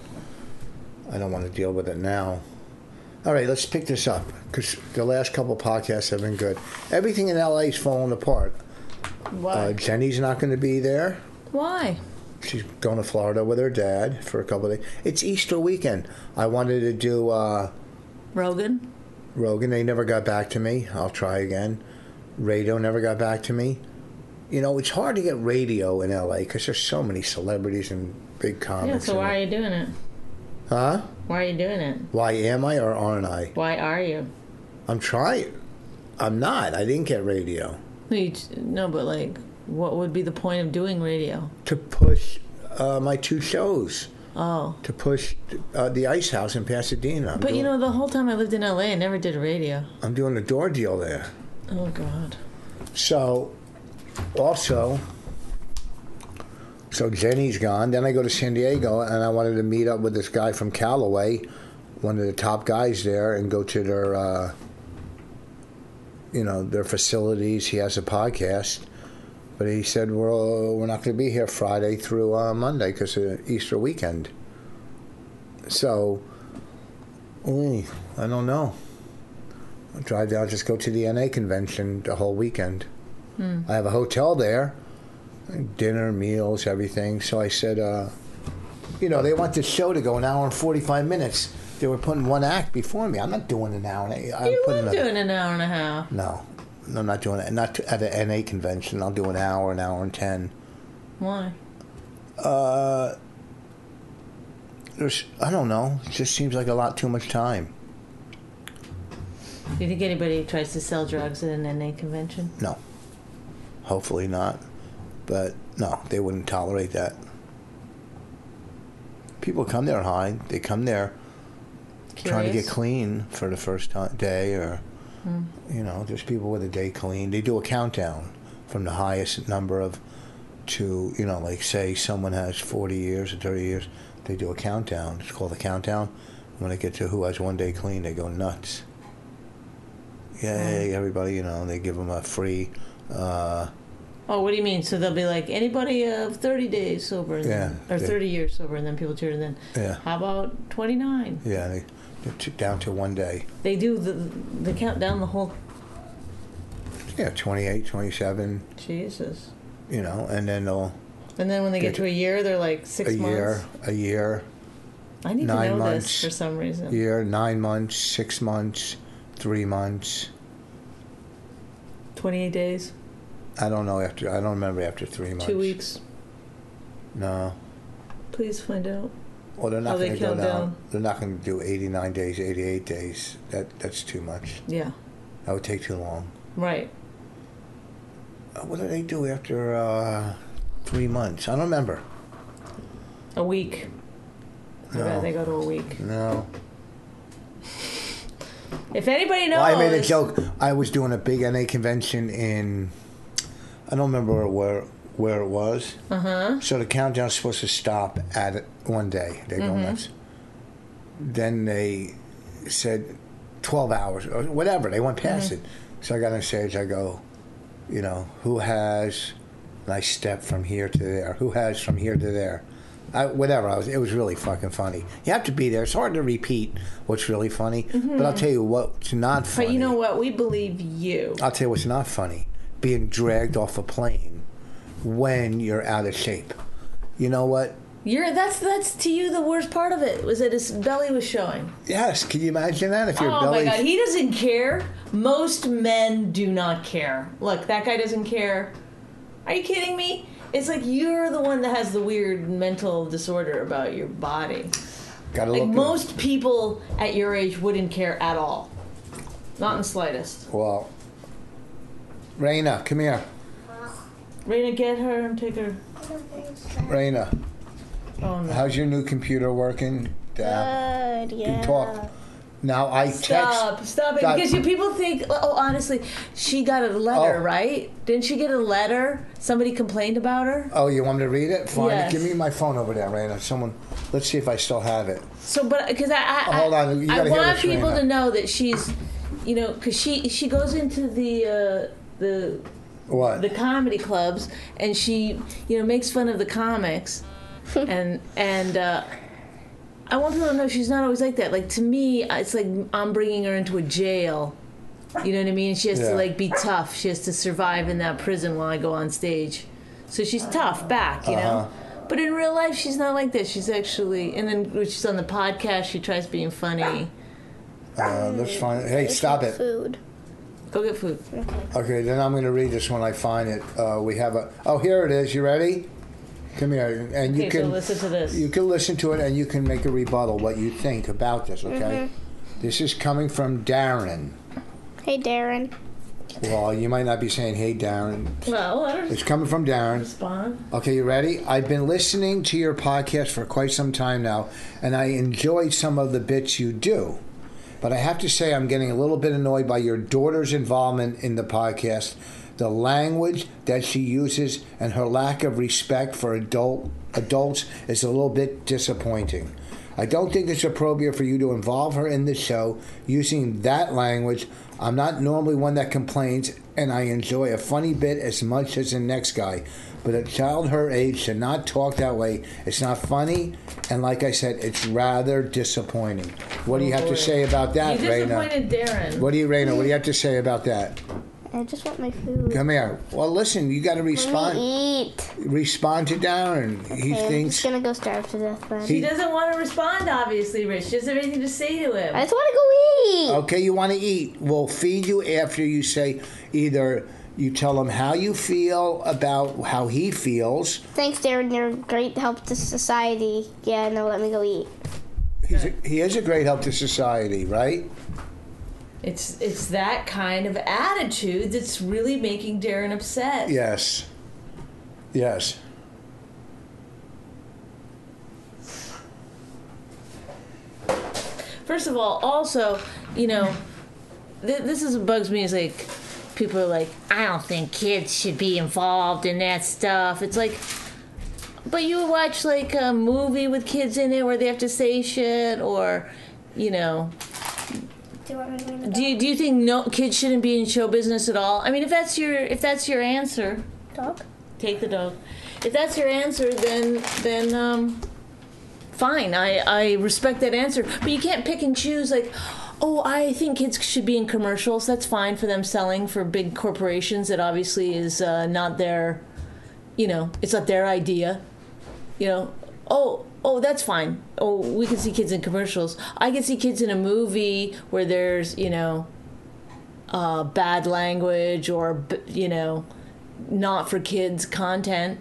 [SPEAKER 1] I don't want to deal with it now. All right, let's pick this up because the last couple podcasts have been good. Everything in LA is falling apart.
[SPEAKER 2] Why?
[SPEAKER 1] Uh, Jenny's not going to be there.
[SPEAKER 2] Why?
[SPEAKER 1] She's going to Florida with her dad for a couple of days. It's Easter weekend. I wanted to do. Uh,
[SPEAKER 2] Rogan?
[SPEAKER 1] Rogan, they never got back to me. I'll try again. Radio never got back to me. You know, it's hard to get radio in LA because there's so many celebrities and big
[SPEAKER 2] Yeah,
[SPEAKER 1] comics.
[SPEAKER 2] so why are
[SPEAKER 1] and-
[SPEAKER 2] you doing it?
[SPEAKER 1] huh?
[SPEAKER 2] Why are you doing it?
[SPEAKER 1] Why am I or aren't I?
[SPEAKER 2] Why are you?
[SPEAKER 1] I'm trying. I'm not. I didn't get radio.
[SPEAKER 2] No, you j- no but like, what would be the point of doing radio?
[SPEAKER 1] To push uh, my two shows,
[SPEAKER 2] Oh.
[SPEAKER 1] to push uh, the Ice House in Pasadena. I'm
[SPEAKER 2] But you
[SPEAKER 1] doing-
[SPEAKER 2] know, the whole time I lived in LA, I never did radio.
[SPEAKER 1] I'm doing a door deal there.
[SPEAKER 2] Oh, God.
[SPEAKER 1] So, also, So Jenny's gone. Then I go to San Diego, and I wanted to meet up with this guy from Callaway, one of the top guys there, and go to their, uh, you know, their facilities. He has a podcast, but he said, "Well, we're not going to be here Friday through uh, Monday because of Easter weekend." So, ooh, I don't know. I'll drive down, just go to the NA convention the whole weekend.
[SPEAKER 2] Hmm.
[SPEAKER 1] I have a hotel there dinner, meals, everything. So I said, uh, you know, they want this show to go an hour and 45 minutes. They were putting one act before me. I'm not doing an hour and eight. I'm
[SPEAKER 2] You
[SPEAKER 1] putting
[SPEAKER 2] were
[SPEAKER 1] a-
[SPEAKER 2] doing an hour and a half.
[SPEAKER 1] No, no, I'm not doing it. Not to, at an NA convention. I'll do an hour, an hour and 10.
[SPEAKER 2] Why?
[SPEAKER 1] There's, I don't know. It just seems like a lot too much time.
[SPEAKER 2] Do you think anybody tries to sell drugs at an NA convention?
[SPEAKER 1] No. Hopefully not. But no, they wouldn't tolerate that. People come there high. They come there trying to get
[SPEAKER 2] Curious? Hmm.
[SPEAKER 1] clean for the first ti- day or you know there's people with a day clean they do a countdown from the highest number of to you know like say someone has 40 years or 30 years they do a countdown it's called a countdown when they get to who has one day clean they go nuts
[SPEAKER 2] Hmm.
[SPEAKER 1] yay everybody you know they give them a free uh,
[SPEAKER 2] Oh, what do you mean? So they'll be like anybody of thirty days sober, and
[SPEAKER 1] Yeah,
[SPEAKER 2] then, or
[SPEAKER 1] they-
[SPEAKER 2] thirty years sober, and then people cheer. And then,
[SPEAKER 1] Yeah.
[SPEAKER 2] how about twenty nine?
[SPEAKER 1] yeah they, they're t- down to one day
[SPEAKER 2] They do the the countdown the whole
[SPEAKER 1] yeah 28 27
[SPEAKER 2] Jesus,
[SPEAKER 1] you know and then they'll
[SPEAKER 2] and then when they get
[SPEAKER 1] Get-
[SPEAKER 2] to a year, they're like six
[SPEAKER 1] a
[SPEAKER 2] months.
[SPEAKER 1] year a year
[SPEAKER 2] I need to
[SPEAKER 1] nine
[SPEAKER 2] know
[SPEAKER 1] months.
[SPEAKER 2] this for some reason.
[SPEAKER 1] year, nine months, six months, three months.
[SPEAKER 2] Twenty eight days,
[SPEAKER 1] I don't know after. I don't remember after three months.
[SPEAKER 2] two weeks.
[SPEAKER 1] No.
[SPEAKER 2] Please find out.
[SPEAKER 1] Well, they're not
[SPEAKER 2] Oh, they
[SPEAKER 1] going to go
[SPEAKER 2] count
[SPEAKER 1] down.
[SPEAKER 2] down.
[SPEAKER 1] They're not going to do eighty-nine days, eighty-eight days. That that's too much.
[SPEAKER 2] Yeah,
[SPEAKER 1] That would take too long.
[SPEAKER 2] right.
[SPEAKER 1] Uh, What do they do after uh, three months? I don't remember.
[SPEAKER 2] A week. I bet
[SPEAKER 1] No.
[SPEAKER 2] they go to a week.
[SPEAKER 1] No.
[SPEAKER 2] If anybody knows,
[SPEAKER 1] Well, I made a joke. I was doing a big NA convention in. I don't remember where where it was. So the countdown's supposed to stop at one day. They don't. nuts. Then they said twelve hours or whatever. They went past
[SPEAKER 2] Mm-hmm.
[SPEAKER 1] it. So I got on stage. I go, you know, who has? And I step from here to there. Who has from here to there? I, whatever. I was. It was really fucking funny. You have to be there. It's hard to repeat what's really funny. But I'll tell you what's not funny.
[SPEAKER 2] Mm-hmm. But you know what? We believe you.
[SPEAKER 1] I'll tell you what's not funny: being dragged off a plane when you're out of shape. You know what?
[SPEAKER 2] You're that's that's to you the worst part of it was that his belly was showing.
[SPEAKER 1] Yes. Can you imagine that? If your
[SPEAKER 2] oh
[SPEAKER 1] belly.
[SPEAKER 2] my god, he doesn't care. Most men do not care. Look, that guy doesn't care. Are you kidding me? It's like you're the one that has the weird mental disorder about your body.
[SPEAKER 1] gotta
[SPEAKER 2] Like
[SPEAKER 1] look.
[SPEAKER 2] most people at your age wouldn't care at all. Not in the slightest.
[SPEAKER 1] well, Raina, come here.
[SPEAKER 2] Raina, get her and take her.
[SPEAKER 1] Raina,
[SPEAKER 2] Oh no.
[SPEAKER 1] how's your new computer working? Dad,
[SPEAKER 3] Good,
[SPEAKER 1] you
[SPEAKER 3] yeah.
[SPEAKER 1] talk. Now I text.
[SPEAKER 2] Stop! Stop it!
[SPEAKER 1] Stop.
[SPEAKER 2] Because you people think. Oh, honestly, she got a letter,
[SPEAKER 1] Oh.
[SPEAKER 2] right? Didn't she get a letter? Somebody complained about her.
[SPEAKER 1] Oh, you want me to read it? Fine.
[SPEAKER 2] Yes.
[SPEAKER 1] Give me my phone over there, Raina. Someone. Let's see if I still have it.
[SPEAKER 2] So, but because I, I,
[SPEAKER 1] Oh, hold on. You
[SPEAKER 2] I,
[SPEAKER 1] gotta hear
[SPEAKER 2] want
[SPEAKER 1] this,
[SPEAKER 2] people
[SPEAKER 1] Raina.
[SPEAKER 2] to know that she's, you know, because she she goes into the uh, the
[SPEAKER 1] What?
[SPEAKER 2] the comedy clubs and she you know makes fun of the comics, and and. Uh, I want people to know she's not always like that. Like to me, it's like I'm bringing her into a jail. You know what I mean? She has
[SPEAKER 1] Yeah.
[SPEAKER 2] to like be tough. She has to survive in that prison while I go on stage. So she's tough back, you know.
[SPEAKER 1] Uh-huh.
[SPEAKER 2] But in real life, she's not like that. She's actually, and then when she's on the podcast, she tries being funny.
[SPEAKER 1] uh, let's find. Hey, stop it.
[SPEAKER 3] Food.
[SPEAKER 2] Go get food.
[SPEAKER 1] Okay, then I'm going to read this when I find it. Uh, we have a. Oh, here it is. You ready? Come here, and you
[SPEAKER 2] Okay,
[SPEAKER 1] can
[SPEAKER 2] so listen to this.
[SPEAKER 1] You can listen to it, and you can make a rebuttal what you think about this. Okay,
[SPEAKER 2] Mm-hmm.
[SPEAKER 1] this is coming from Darren.
[SPEAKER 3] Hey, Darren.
[SPEAKER 1] Well, you might not be saying "Hey, Darren."
[SPEAKER 2] Well, I don't
[SPEAKER 1] It's coming from Darren.
[SPEAKER 2] respond.
[SPEAKER 1] Okay, you ready? I've been listening to your podcast for quite some time now, and I enjoy some of the bits you do. But I have to say, I'm getting a little bit annoyed by your daughter's involvement in the podcast. the language that she uses and her lack of respect for adult adults is a little bit disappointing. I don't think it's appropriate for you to involve her in the show using that language. I'm not normally one that complains, and I enjoy a funny bit as much as the next guy. But a child her age should not talk that way. It's not funny, and like I said, it's rather disappointing. What do you have to say about
[SPEAKER 2] Oh, You
[SPEAKER 1] that, Raina?
[SPEAKER 2] disappointed Darren.
[SPEAKER 1] What do you, Raina? What do you have to say about that?
[SPEAKER 3] I just want my food.
[SPEAKER 1] Come here. Well, listen, you got to
[SPEAKER 3] Let
[SPEAKER 1] respond.
[SPEAKER 3] me eat.
[SPEAKER 1] Respond to Darren. He
[SPEAKER 3] Okay, I'm just
[SPEAKER 1] thinks.
[SPEAKER 3] gonna go starve to death then.
[SPEAKER 2] He doesn't want to respond, obviously, Rich. She doesn't have anything to say to him.
[SPEAKER 3] I just want to go eat.
[SPEAKER 1] Okay, you want to eat. We'll feed you after you say either you tell him how you feel about how he feels.
[SPEAKER 3] Thanks, Darren. You're a great help to society. Yeah, no, let me go eat.
[SPEAKER 1] He's a, he is a great help to society, right?
[SPEAKER 2] It's it's that kind of attitude that's really making Darren upset.
[SPEAKER 1] Yes. Yes.
[SPEAKER 2] First of all, also, you know, th- this is what bugs me is like people are like, I don't think kids should be involved in that stuff. It's like, but you watch like a movie with kids in it where they have to say shit or, you know,
[SPEAKER 3] Do you want me to go?
[SPEAKER 2] do you, do you think no kids shouldn't be in show business at all? I mean, if that's your if that's your answer,
[SPEAKER 3] dog?
[SPEAKER 2] take the dog. If that's your answer, then then um, fine. I I respect that answer, but you can't pick and choose like. Oh, I think kids should be in commercials. That's fine for them selling for big corporations. That obviously is uh, not their, you know, it's not their idea. You know, oh, oh, that's fine. Oh, we can see kids in commercials. I can see kids in a movie where there's, you know, uh, bad language or, b- you know, not for kids content.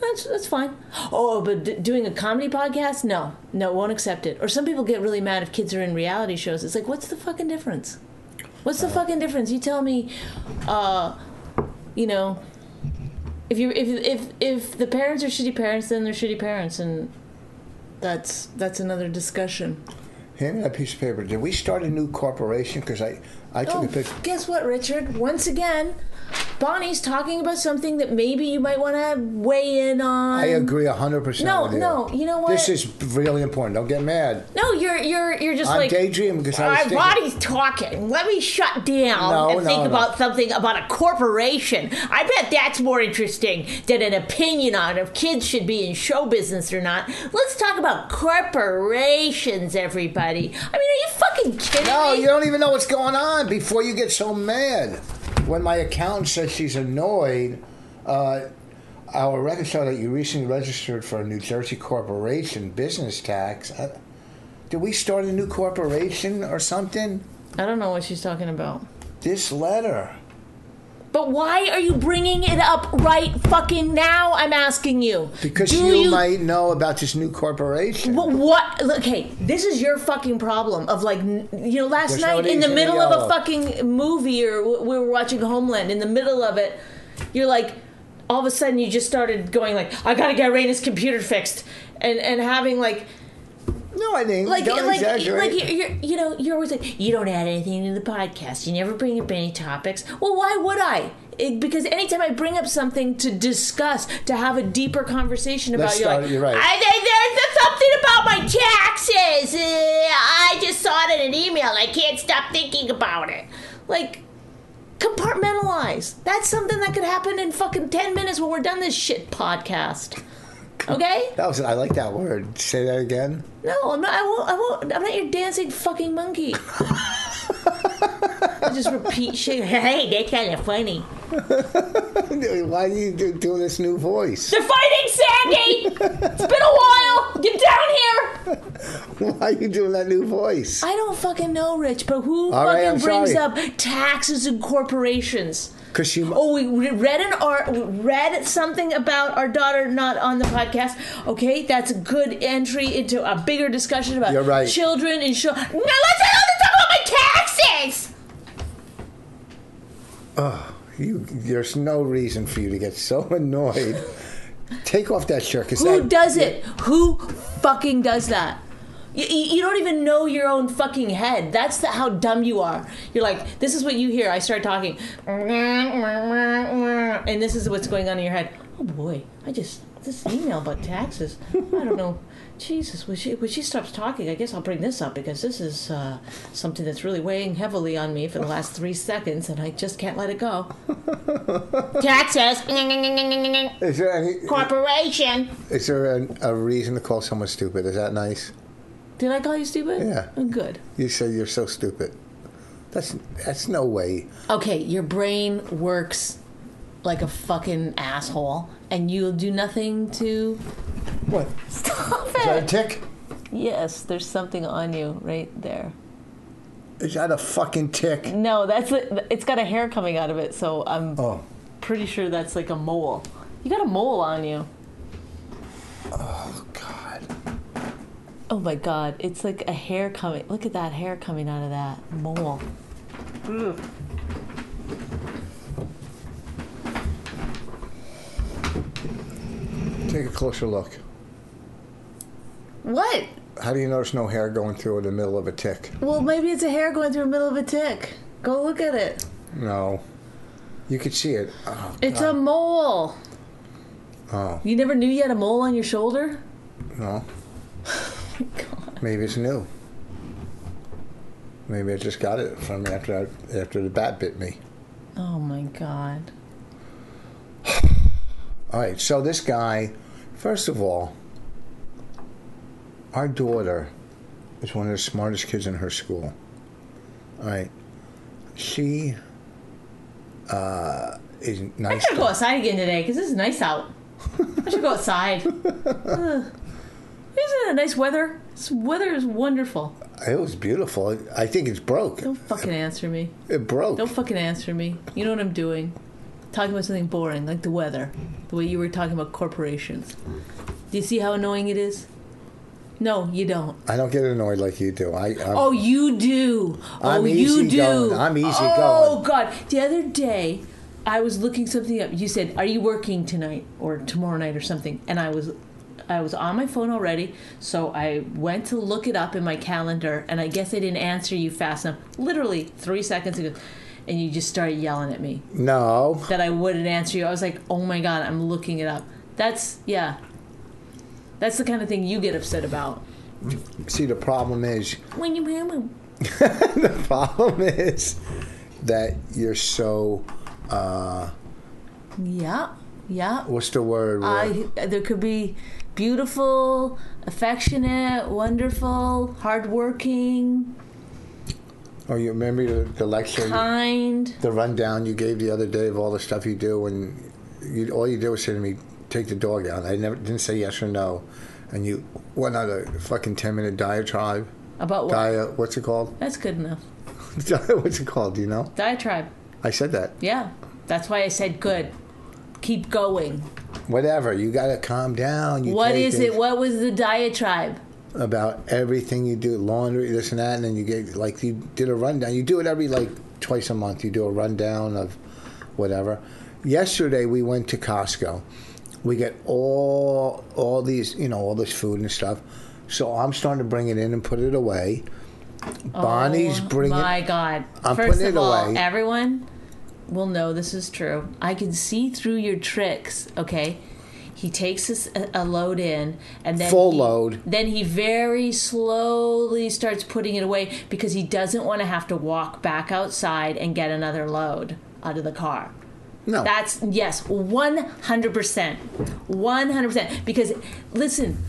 [SPEAKER 2] That's that's fine. Oh, but d- doing a comedy podcast? No, no, won't accept it. Or some people get really mad if kids are in reality shows. It's like, what's the fucking difference? What's the fucking difference? You tell me, uh, you know, if you if if if the parents are shitty parents, then they're shitty parents, and that's that's another discussion.
[SPEAKER 1] Hand me that piece of paper. Did we start a new corporation? Because I, I took
[SPEAKER 2] Oh,
[SPEAKER 1] a picture.
[SPEAKER 2] guess what, Richard? Once again, Bonnie's talking about something that maybe you might want to weigh in on.
[SPEAKER 1] I agree 100%
[SPEAKER 2] um, No,
[SPEAKER 1] with you.
[SPEAKER 2] no, you know
[SPEAKER 1] This
[SPEAKER 2] what?
[SPEAKER 1] is really important. Don't get mad.
[SPEAKER 2] No, you're you're you're just
[SPEAKER 1] I'm
[SPEAKER 2] like
[SPEAKER 1] daydreaming because I was
[SPEAKER 2] my
[SPEAKER 1] thinking-
[SPEAKER 2] body's talking. Let me shut down
[SPEAKER 1] No,
[SPEAKER 2] and
[SPEAKER 1] no,
[SPEAKER 2] think
[SPEAKER 1] no.
[SPEAKER 2] about something about a corporation. I bet that's more interesting than an opinion on if kids should be in show business or not. Let's talk about corporations, everybody. I mean, are you fucking kidding
[SPEAKER 1] No,
[SPEAKER 2] me?
[SPEAKER 1] you don't even know what's going on before you get so mad. When my accountant says she's annoyed, uh, our records show that you recently registered for a New Jersey corporation business tax. Uh, did we start a new corporation or something?
[SPEAKER 2] I don't know what she's talking about.
[SPEAKER 1] This letter.
[SPEAKER 2] But why are you bringing it up right fucking now? I'm asking you.
[SPEAKER 1] Because
[SPEAKER 2] Do
[SPEAKER 1] you, might know about this new corporation.
[SPEAKER 2] But what? Look, hey, this is your fucking problem. Of like, n- you know, last
[SPEAKER 1] There's
[SPEAKER 2] night
[SPEAKER 1] nobody
[SPEAKER 2] in the
[SPEAKER 1] to
[SPEAKER 2] middle of
[SPEAKER 1] yell.
[SPEAKER 2] a fucking movie, or w- we were watching Homeland. In the middle of it, you're like, all of a sudden, you just started going like, I gotta get Raina's computer fixed, and and having like.
[SPEAKER 1] no, I didn't.
[SPEAKER 2] Like,
[SPEAKER 1] don't
[SPEAKER 2] like,
[SPEAKER 1] exaggerate.
[SPEAKER 2] like you're, you're, you know, you're always like, you don't add anything to the podcast. You never bring up any topics. Well, why would I? It, because anytime I bring up something to discuss, to have a deeper conversation about,
[SPEAKER 1] Let's
[SPEAKER 2] you're
[SPEAKER 1] start-
[SPEAKER 2] like,
[SPEAKER 1] you're right.
[SPEAKER 2] I, there- there's something about my taxes. Uh, I just saw it in an email. I can't stop thinking about it. Like, compartmentalize. That's something that could happen in fucking ten minutes when we're done this shit podcast. Okay.
[SPEAKER 1] that was, I like that word. Say that again.
[SPEAKER 2] No, I'm not. I won't. I won't. I'm not your dancing fucking monkey. I just repeat shit. Hey, that's kind of funny.
[SPEAKER 1] Why do you do, do this new voice?
[SPEAKER 2] They're fighting, Sandy. It's been a while. Get down here.
[SPEAKER 1] Why are you doing that new voice?
[SPEAKER 2] I don't fucking know, Rich, but who
[SPEAKER 1] All right,
[SPEAKER 2] fucking
[SPEAKER 1] I'm
[SPEAKER 2] brings
[SPEAKER 1] sorry.
[SPEAKER 2] up taxes and corporations?
[SPEAKER 1] Because you.
[SPEAKER 2] Oh, we we read an art, read something about our daughter not on the podcast. Okay, that's a good entry into a bigger discussion about
[SPEAKER 1] You're right.
[SPEAKER 2] children and show. Now let's let's talk about my taxes.
[SPEAKER 1] You, there's no reason for you to get so annoyed. Take off that shirt. 'cause
[SPEAKER 2] Who
[SPEAKER 1] that-
[SPEAKER 2] does it? Who fucking does that? You, you don't even know your own fucking head. That's the, how dumb you are. You're like, this is what you hear. I start talking, and this is what's going on in your head. Oh boy, I just this email about taxes. I don't know. Jesus, when she when she stops talking, I guess I'll bring this up because this is uh, something that's really weighing heavily on me for the last three seconds, and I just can't let it go. taxes,
[SPEAKER 1] Is there any?
[SPEAKER 2] corporation.
[SPEAKER 1] Is there an, a reason to call someone stupid? Is that nice?
[SPEAKER 2] Did I call you stupid?
[SPEAKER 1] Yeah.
[SPEAKER 2] Oh, Good.
[SPEAKER 1] You say you're so stupid. That's that's no way.
[SPEAKER 2] okay, your brain works like a fucking asshole, and you'll do nothing to
[SPEAKER 1] What?
[SPEAKER 2] stop
[SPEAKER 1] Is that a
[SPEAKER 2] it.
[SPEAKER 1] tick?
[SPEAKER 2] yes, there's something on you right there.
[SPEAKER 1] Is that a fucking tick?
[SPEAKER 2] No, that's a, it's got a hair coming out of it, so I'm
[SPEAKER 1] Oh,
[SPEAKER 2] pretty sure that's like a mole. You got a mole on you.
[SPEAKER 1] oh God.
[SPEAKER 2] Oh my god, it's like a hair coming. Look at that hair coming out of that mole.
[SPEAKER 1] Take a closer look.
[SPEAKER 2] What?
[SPEAKER 1] How do you notice no hair going through in the middle of a tick?
[SPEAKER 2] Well, maybe it's a hair going through the middle of a tick. Go look at it.
[SPEAKER 1] No. You could see it. Oh,
[SPEAKER 2] It's a mole.
[SPEAKER 1] Oh.
[SPEAKER 2] You never knew you had a mole on your shoulder?
[SPEAKER 1] no.
[SPEAKER 2] God.
[SPEAKER 1] Maybe it's new. Maybe I just got it from after I, after the bat bit me.
[SPEAKER 2] Oh my god.
[SPEAKER 1] All right, so this guy, first of all, our daughter is one of the smartest kids in her school. All right, she uh, is
[SPEAKER 2] I
[SPEAKER 1] nice.
[SPEAKER 2] should go outside again today because it's nice out. I should go outside. Ugh. Isn't it nice weather? This weather is wonderful.
[SPEAKER 1] It was beautiful. I think it's broke.
[SPEAKER 2] Don't fucking answer me.
[SPEAKER 1] It broke.
[SPEAKER 2] Don't fucking answer me. You know what I'm doing. Talking about something boring, like the weather. The way you were talking about corporations. Do you see how annoying it is? No, you don't.
[SPEAKER 1] I don't get annoyed like you do. I, I'm,
[SPEAKER 2] Oh, you do. Oh,
[SPEAKER 1] I'm
[SPEAKER 2] you
[SPEAKER 1] easy
[SPEAKER 2] do.
[SPEAKER 1] going. I'm easy
[SPEAKER 2] oh, God. The other day, I was looking something up. You said, "Are you working tonight or tomorrow night or something?" And I was, I was on my phone already, so I went to look it up in my calendar, and I guess I didn't answer you fast enough. Literally three seconds ago, and you just started yelling at me
[SPEAKER 1] no.
[SPEAKER 2] that I wouldn't answer you. I was like, "Oh my God, I'm looking it up." That's yeah. That's the kind of thing you get upset about.
[SPEAKER 1] See, the problem is,
[SPEAKER 2] When you
[SPEAKER 1] the problem is that you're so. Uh,
[SPEAKER 2] yeah yeah.
[SPEAKER 1] what's the word?
[SPEAKER 2] I there could be beautiful, affectionate, wonderful, hardworking,
[SPEAKER 1] oh, you remember the, the lecture?
[SPEAKER 2] kind.
[SPEAKER 1] the rundown you gave the other day of all the stuff you do, and you, all you did was say to me, "Take the dog out." I never didn't say yes or no, and you went on a fucking ten minute diatribe.
[SPEAKER 2] About what?
[SPEAKER 1] Dia, what's it called?
[SPEAKER 2] That's good enough.
[SPEAKER 1] what's it called? Do you know?
[SPEAKER 2] Diatribe.
[SPEAKER 1] I said that.
[SPEAKER 2] Yeah, that's why I said good. Keep going.
[SPEAKER 1] Whatever. You got to calm down. You
[SPEAKER 2] What
[SPEAKER 1] take
[SPEAKER 2] is it? What was the diatribe?
[SPEAKER 1] about everything you do, laundry, this and that, and then you get like you did a rundown. You do it every like twice a month. You do a rundown of whatever. Yesterday we went to Costco. We get all all these you know all this food and stuff. So I'm starting to bring it in and put it away. Bonnie's bringing.
[SPEAKER 2] Oh My God.
[SPEAKER 1] I'm
[SPEAKER 2] First
[SPEAKER 1] putting
[SPEAKER 2] of
[SPEAKER 1] it
[SPEAKER 2] all,
[SPEAKER 1] away.
[SPEAKER 2] everyone will know this is true. I can see through your tricks, okay? He takes this, a, a load in, and then
[SPEAKER 1] Full
[SPEAKER 2] he-
[SPEAKER 1] load.
[SPEAKER 2] Then he very slowly starts putting it away because he doesn't want to have to walk back outside and get another load out of the car.
[SPEAKER 1] No,
[SPEAKER 2] That's yes, one hundred percent, one hundred percent. Because listen,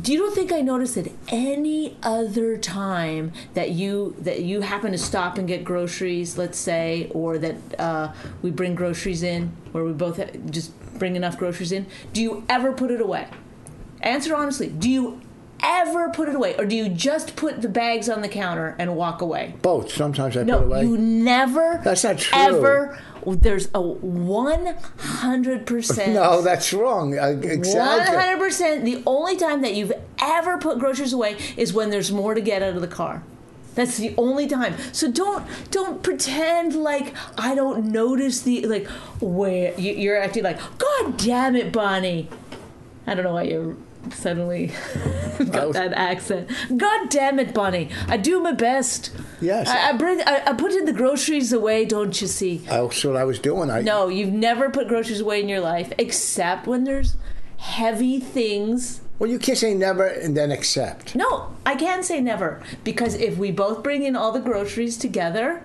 [SPEAKER 2] do you don't think I noticed that any other time that you that you happen to stop and get groceries, let's say, or that uh, we bring groceries in, or we both ha- just bring enough groceries in? Do you ever put it away? Answer honestly. Do you ever put it away, or do you just put the bags on the counter and walk away?
[SPEAKER 1] both. Sometimes I put it
[SPEAKER 2] No,
[SPEAKER 1] away.
[SPEAKER 2] you never.
[SPEAKER 1] That's not true.
[SPEAKER 2] Ever. There's a one hundred percent.
[SPEAKER 1] no, that's wrong. I- Exactly.
[SPEAKER 2] One hundred percent. The only time that you've ever put groceries away is when there's more to get out of the car. That's the only time. So don't don't pretend like I don't notice the like where you- you're acting like God damn it, Bonnie. I don't know why you're suddenly
[SPEAKER 1] I
[SPEAKER 2] got
[SPEAKER 1] was-
[SPEAKER 2] that accent. God damn it, Bonnie! I do my best.
[SPEAKER 1] Yes.
[SPEAKER 2] I, I bring. I, I put in the groceries away. Don't you see?
[SPEAKER 1] That's what I was doing. I
[SPEAKER 2] No, you've never put groceries away in your life, except when there's heavy things.
[SPEAKER 1] Well, you can't say never and then accept.
[SPEAKER 2] No, I can say never because if we both bring in all the groceries together.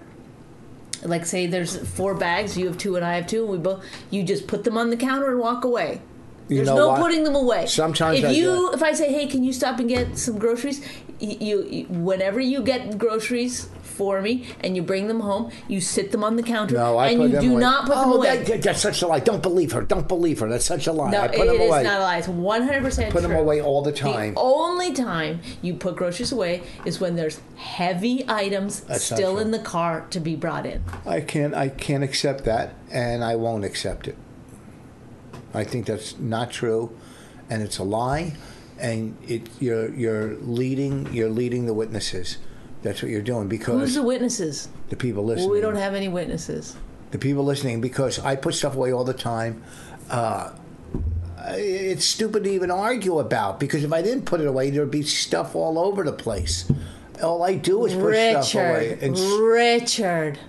[SPEAKER 2] Like say there's four bags, you have two and I have two, and we both you just put them on the counter and walk away.
[SPEAKER 1] You
[SPEAKER 2] There's
[SPEAKER 1] know
[SPEAKER 2] no
[SPEAKER 1] why?
[SPEAKER 2] putting them away.
[SPEAKER 1] Sometimes
[SPEAKER 2] if
[SPEAKER 1] I do
[SPEAKER 2] you, if I say, "Hey, can you stop and get some groceries?" y- You, you, whenever you get groceries for me and you bring them home, you sit them on the counter
[SPEAKER 1] No, I
[SPEAKER 2] and
[SPEAKER 1] put
[SPEAKER 2] you
[SPEAKER 1] them
[SPEAKER 2] do
[SPEAKER 1] away.
[SPEAKER 2] not put
[SPEAKER 1] oh,
[SPEAKER 2] them away.
[SPEAKER 1] that- that- that's such a lie. Don't believe her. Don't believe her. That's such a lie.
[SPEAKER 2] no,
[SPEAKER 1] I
[SPEAKER 2] it
[SPEAKER 1] put
[SPEAKER 2] it
[SPEAKER 1] them
[SPEAKER 2] is
[SPEAKER 1] away.
[SPEAKER 2] not a lie. It's one hundred percent.
[SPEAKER 1] put them away all the time.
[SPEAKER 2] The only time you put groceries away is when there's heavy items
[SPEAKER 1] That's not
[SPEAKER 2] still
[SPEAKER 1] true.
[SPEAKER 2] in the car to be brought in.
[SPEAKER 1] I can't. I can't accept that, and I won't accept it. I think that's not true, and it's a lie, and it you're you're leading you're leading the witnesses. That's what you're doing
[SPEAKER 2] Who's
[SPEAKER 1] because
[SPEAKER 2] the witnesses?
[SPEAKER 1] the people
[SPEAKER 2] Well,
[SPEAKER 1] listening.
[SPEAKER 2] we don't have any witnesses.
[SPEAKER 1] the people listening because I put stuff away all the time. Uh, I- it's stupid to even argue about because if I didn't put it away, there'd be stuff all over the place. All I do is put stuff away.
[SPEAKER 2] Richard,
[SPEAKER 1] And s-
[SPEAKER 2] Richard.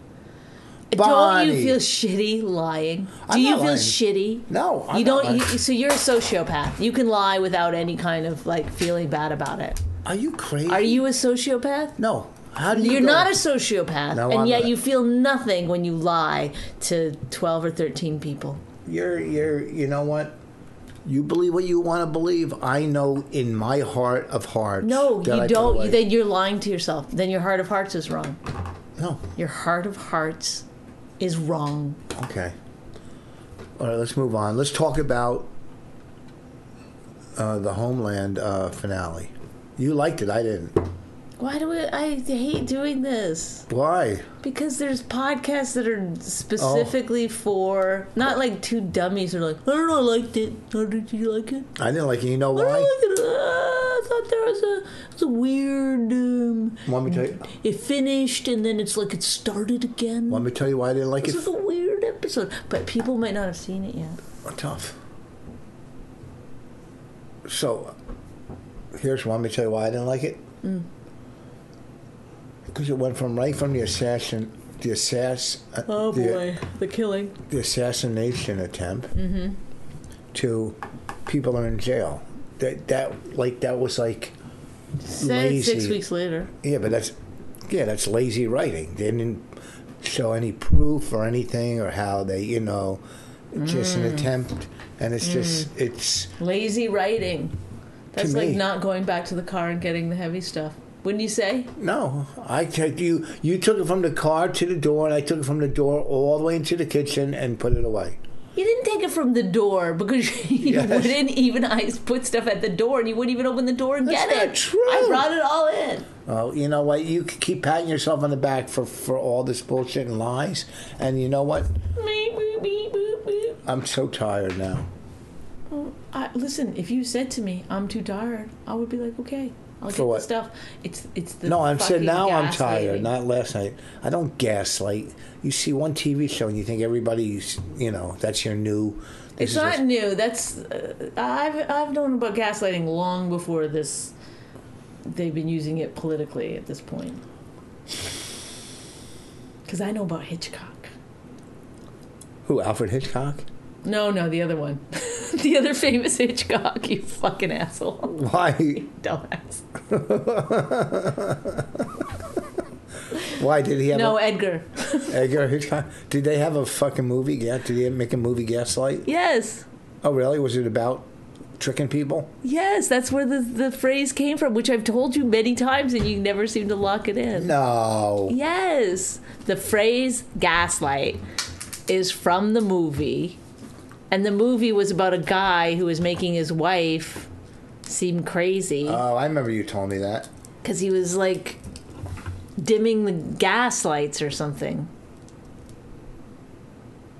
[SPEAKER 2] Don't you
[SPEAKER 1] Bonnie.
[SPEAKER 2] feel shitty lying? Do
[SPEAKER 1] I'm
[SPEAKER 2] you
[SPEAKER 1] not
[SPEAKER 2] feel
[SPEAKER 1] lying.
[SPEAKER 2] shitty?
[SPEAKER 1] No, I'm
[SPEAKER 2] you
[SPEAKER 1] not
[SPEAKER 2] don't. You,
[SPEAKER 1] lying.
[SPEAKER 2] so you're a sociopath. You can lie without any kind of like feeling bad about it.
[SPEAKER 1] are you crazy?
[SPEAKER 2] Are you a sociopath?
[SPEAKER 1] No. How do you?
[SPEAKER 2] You're
[SPEAKER 1] go-
[SPEAKER 2] not a sociopath,
[SPEAKER 1] No,
[SPEAKER 2] and
[SPEAKER 1] I'm
[SPEAKER 2] yet
[SPEAKER 1] not.
[SPEAKER 2] you feel nothing when you lie to 12 or 13 people.
[SPEAKER 1] You're. You're. You know what? You believe what you want to believe. I know in my heart of hearts.
[SPEAKER 2] No,
[SPEAKER 1] that I
[SPEAKER 2] you
[SPEAKER 1] put
[SPEAKER 2] don't.
[SPEAKER 1] away-
[SPEAKER 2] Then you're lying to yourself. Then your heart of hearts is wrong.
[SPEAKER 1] no.
[SPEAKER 2] Your heart of hearts is wrong.
[SPEAKER 1] Okay. All right, let's move on. Let's talk about uh, the Homeland uh, finale. You liked it, I didn't.
[SPEAKER 2] Why do I, I hate doing this?
[SPEAKER 1] Why?
[SPEAKER 2] Because there's podcasts that are
[SPEAKER 1] Oh.
[SPEAKER 2] specifically for not like two dummies who are like, I don't know, I liked it. Oh, did you like it?
[SPEAKER 1] I didn't like it. You know
[SPEAKER 2] I don't
[SPEAKER 1] why?
[SPEAKER 2] like it. Uh, I thought there was a, it was a weird. Um,
[SPEAKER 1] Want me to tell you,
[SPEAKER 2] it finished and then it's like it started again.
[SPEAKER 1] want me to tell you why I didn't like it?
[SPEAKER 2] This is a weird episode, but people might not have seen it yet.
[SPEAKER 1] Oh, Tough. So, here's want me to tell you why I didn't like it.
[SPEAKER 2] Mm.
[SPEAKER 1] Because it went from right from the assassin, the assass, uh,
[SPEAKER 2] Oh
[SPEAKER 1] the-
[SPEAKER 2] boy, the killing.
[SPEAKER 1] the assassination attempt to people are in jail. That that like that was like
[SPEAKER 2] Said six
[SPEAKER 1] Lazy.
[SPEAKER 2] weeks later.
[SPEAKER 1] yeah, but that's yeah, that's lazy writing. They didn't show any proof or anything or how they you know just an attempt and it's just it's
[SPEAKER 2] Lazy writing. That's like
[SPEAKER 1] me.
[SPEAKER 2] not going back to the car and getting the heavy stuff. Wouldn't you say?
[SPEAKER 1] no. I took you you took it from the car to the door and I took it from the door all the way into the kitchen and put it away.
[SPEAKER 2] You didn't take it from the door because you
[SPEAKER 1] Yes.
[SPEAKER 2] wouldn't even I put stuff at the door and you wouldn't even open the door and
[SPEAKER 1] That's
[SPEAKER 2] get it.
[SPEAKER 1] not true.
[SPEAKER 2] I brought it all in.
[SPEAKER 1] Oh, you know what? You could keep patting yourself on the back for, for all this bullshit and lies. And you know what?
[SPEAKER 2] Meep, boop, beep, boop, boop.
[SPEAKER 1] I'm so tired now.
[SPEAKER 2] I, listen, if you said to me, "I'm too tired," I would be like, "Okay, I'll get
[SPEAKER 1] what?
[SPEAKER 2] the stuff." It's it's the
[SPEAKER 1] No, I'm saying
[SPEAKER 2] fucking
[SPEAKER 1] now I'm tired,
[SPEAKER 2] gaslighting.
[SPEAKER 1] not last night. I don't gaslight. You see one TV show and you think everybody's, you know, that's your new. this
[SPEAKER 2] It's
[SPEAKER 1] is
[SPEAKER 2] not
[SPEAKER 1] what's-
[SPEAKER 2] new. That's uh, I've I've known about gaslighting long before this. They've been using it politically at this point. Because I know about Hitchcock.
[SPEAKER 1] Who, Alfred Hitchcock?
[SPEAKER 2] No, no, the other one, the other famous Hitchcock. You fucking asshole,
[SPEAKER 1] Why
[SPEAKER 2] dumbass.
[SPEAKER 1] Why did he have
[SPEAKER 2] No,
[SPEAKER 1] a,
[SPEAKER 2] Edgar.
[SPEAKER 1] Edgar Hitchcock? Did they have a fucking movie? Yeah, did they make a movie Gaslight?
[SPEAKER 2] yes,
[SPEAKER 1] Oh, really? Was it about tricking people?
[SPEAKER 2] yes, that's where the the phrase came from, which I've told you many times, and you never seem to lock it in.
[SPEAKER 1] No.
[SPEAKER 2] Yes. The phrase gaslight is from the movie. And the movie was about a guy who was making his wife seem crazy
[SPEAKER 1] Oh, I remember you told me that.
[SPEAKER 2] because he was like dimming the gas lights or something.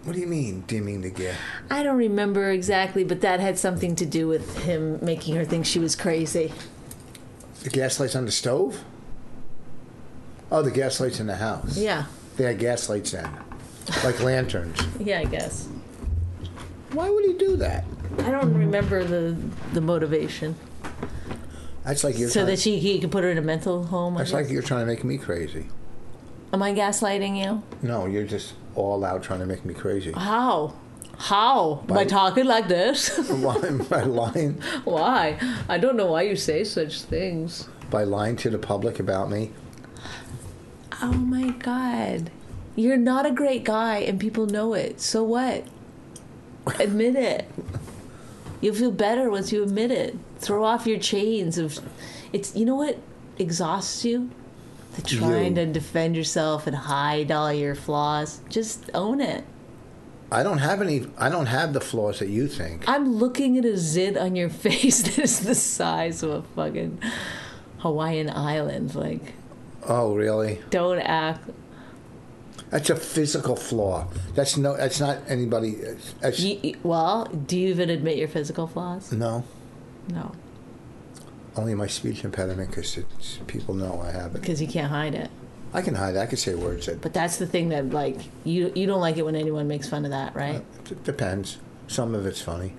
[SPEAKER 1] What do you mean, dimming the gas?
[SPEAKER 2] I don't remember exactly, but that had something to do with him making her think she was crazy.
[SPEAKER 1] The gas lights on the stove? Oh, the gas lights in the house.
[SPEAKER 2] Yeah.
[SPEAKER 1] They had gas lights in, like lanterns.
[SPEAKER 2] Yeah, I guess.
[SPEAKER 1] Why would he do that?
[SPEAKER 2] I don't remember the the motivation.
[SPEAKER 1] That's like you're
[SPEAKER 2] So
[SPEAKER 1] trying,
[SPEAKER 2] that she he could put her in a mental home. I
[SPEAKER 1] that's
[SPEAKER 2] guess.
[SPEAKER 1] like you're trying to make me crazy.
[SPEAKER 2] Am I gaslighting you?
[SPEAKER 1] No, you're just all out trying to make me crazy.
[SPEAKER 2] How? How? By
[SPEAKER 1] By-
[SPEAKER 2] talking like this?
[SPEAKER 1] Why am I lying?
[SPEAKER 2] why? I don't know why you say such things.
[SPEAKER 1] By lying to the public about me?
[SPEAKER 2] Oh my god. You're not a great guy and people know it. So what? Admit it. You'll feel better once you admit it. Throw off your chains of it's you know what exhausts you? The trying
[SPEAKER 1] You.
[SPEAKER 2] to defend yourself and hide all your flaws. Just own it.
[SPEAKER 1] I don't have any. I don't have the flaws that you think.
[SPEAKER 2] I'm looking at a zit on your face that is the size of a fucking Hawaiian island. Like,
[SPEAKER 1] Oh, really?
[SPEAKER 2] don't act.
[SPEAKER 1] That's a physical flaw. That's no. That's not anybody. That's,
[SPEAKER 2] You, you- well, do you even admit your physical flaws?
[SPEAKER 1] no.
[SPEAKER 2] No,
[SPEAKER 1] Only my speech impediment, because people know I have it.
[SPEAKER 2] because you can't hide it.
[SPEAKER 1] I can hide. it. I can say words that
[SPEAKER 2] But that's the thing that, like, you you don't like it when anyone makes fun of that, right?
[SPEAKER 1] d- depends. Some of it's funny.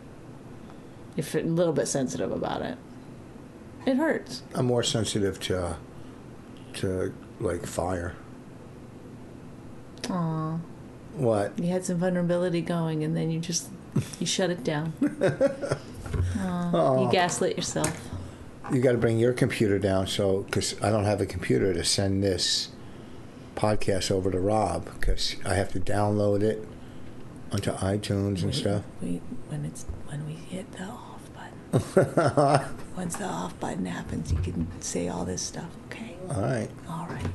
[SPEAKER 2] You're f- a little bit sensitive about it. It hurts.
[SPEAKER 1] I'm more sensitive to, uh, to like fire.
[SPEAKER 2] Aw,
[SPEAKER 1] What?
[SPEAKER 2] you had some vulnerability going, and then you just you shut it down. Aw, You gaslit yourself.
[SPEAKER 1] You got to bring your computer down, so because I don't have a computer to send this podcast over to Rob, because I have to download it onto iTunes and stuff.
[SPEAKER 2] We when it's when we hit the off button. Once the off button happens, you can say all this stuff. Okay.
[SPEAKER 1] All right.
[SPEAKER 2] All right.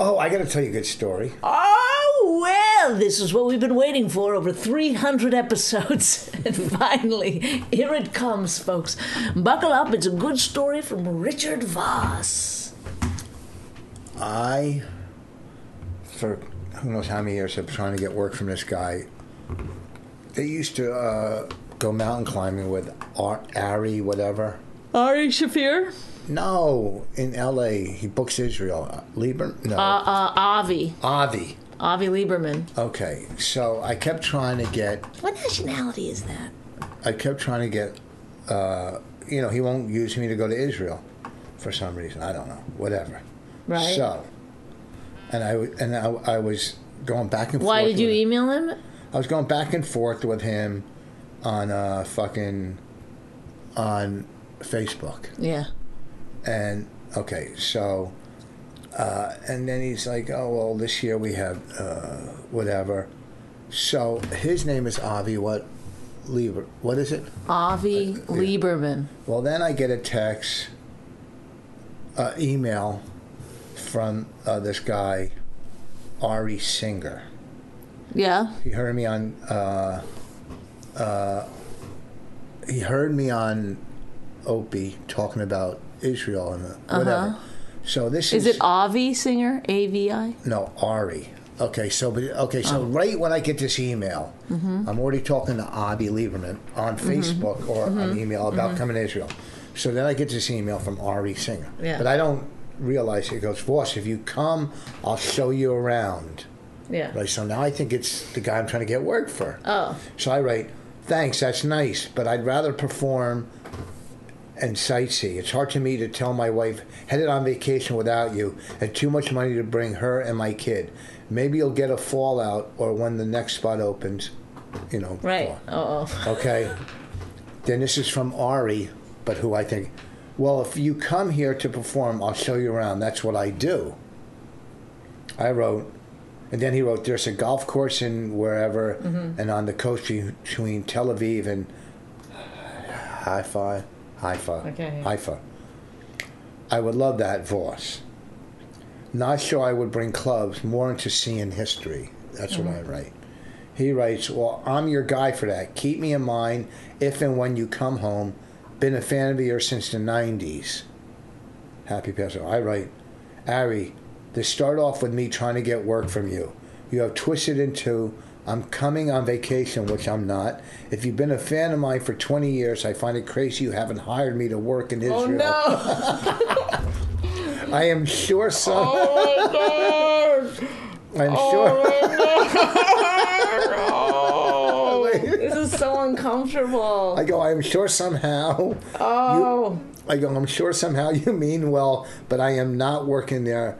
[SPEAKER 1] Oh, I got to tell you a good story.
[SPEAKER 2] Oh well, this is what we've been waiting for over 300 episodes, and finally, here it comes, folks. Buckle up; it's a good story from Richard Voss.
[SPEAKER 1] I, for who knows how many years, have been trying to get work from this guy. They used to uh, go mountain climbing with Ar- Ari, whatever.
[SPEAKER 2] Ari Shafir,
[SPEAKER 1] No, in L.A. He books Israel. Lieber? No.
[SPEAKER 2] uh, uh, Avi,
[SPEAKER 1] Avi.
[SPEAKER 2] Avi Lieberman.
[SPEAKER 1] Uh, Okay, so I kept trying to get,
[SPEAKER 2] What nationality is that?
[SPEAKER 1] I kept trying to get, uh, you know, he won't use me to go to Israel for some reason. I don't know. Whatever.
[SPEAKER 2] Right.
[SPEAKER 1] So, and I w- and I, I was going back and
[SPEAKER 2] Why
[SPEAKER 1] forth.
[SPEAKER 2] did you
[SPEAKER 1] with him.
[SPEAKER 2] email him?
[SPEAKER 1] I was going back and forth with him on uh, fucking on Facebook.
[SPEAKER 2] Yeah.
[SPEAKER 1] And okay, so, uh, and then he's like, oh, well, this year we have uh, whatever. So his name is Avi, what? Lieber. What is it?
[SPEAKER 2] Avi Lieberman.
[SPEAKER 1] Well, then I get a text, uh, email from uh, this guy, Ari Singer.
[SPEAKER 2] Yeah.
[SPEAKER 1] He heard me on, uh, uh, he heard me on Opie talking about Israel and uh, whatever. So this
[SPEAKER 2] Uh-huh. Is it Avi Singer? A V I?
[SPEAKER 1] No, Ari. Okay, so but okay, so right when I get this email, I'm already talking to Avi Lieberman on Facebook or on email about coming to Israel. So then I get this email from Ari Singer,
[SPEAKER 2] Yeah.
[SPEAKER 1] but I don't realize it goes. Voss, if you come, I'll show you around.
[SPEAKER 2] Yeah.
[SPEAKER 1] Right. So now I think it's the guy I'm trying to get work for.
[SPEAKER 2] Oh.
[SPEAKER 1] So I write, thanks, that's nice, but I'd rather perform and sightsee. It's hard to me to tell my wife, headed on vacation without you, and too much money to bring her and my kid. Maybe you'll get a fallout or when the next spot opens, you know.
[SPEAKER 2] Right.
[SPEAKER 1] fall."
[SPEAKER 2] Uh oh.
[SPEAKER 1] Okay. then this is from Ari, but who I think, well, if you come here to perform, I'll show you around. That's what I do. I wrote, and then he wrote, there's a golf course in wherever and on the coast be- between Tel Aviv and Haifa. Haifa.
[SPEAKER 2] Okay.
[SPEAKER 1] Haifa. I would love that, Voss. Not sure I would bring clubs more into seeing history. That's what I write. He writes, Well, I'm your guy for that. Keep me in mind if and when you come home. Been a fan of yours since the 90s. Happy Passover. I write, Ari, this start off with me trying to get work from you. You have twisted into, I'm coming on vacation, which I'm not. If you've been a fan of mine for 20 years, I find it crazy you haven't hired me to work in Israel.
[SPEAKER 2] Oh no.
[SPEAKER 1] I am sure some.
[SPEAKER 2] Oh my god. oh,
[SPEAKER 1] I'm sure.
[SPEAKER 2] This is so uncomfortable.
[SPEAKER 1] I go, I'm sure somehow.
[SPEAKER 2] oh,
[SPEAKER 1] I go, I'm sure somehow you mean well, but I am not working there.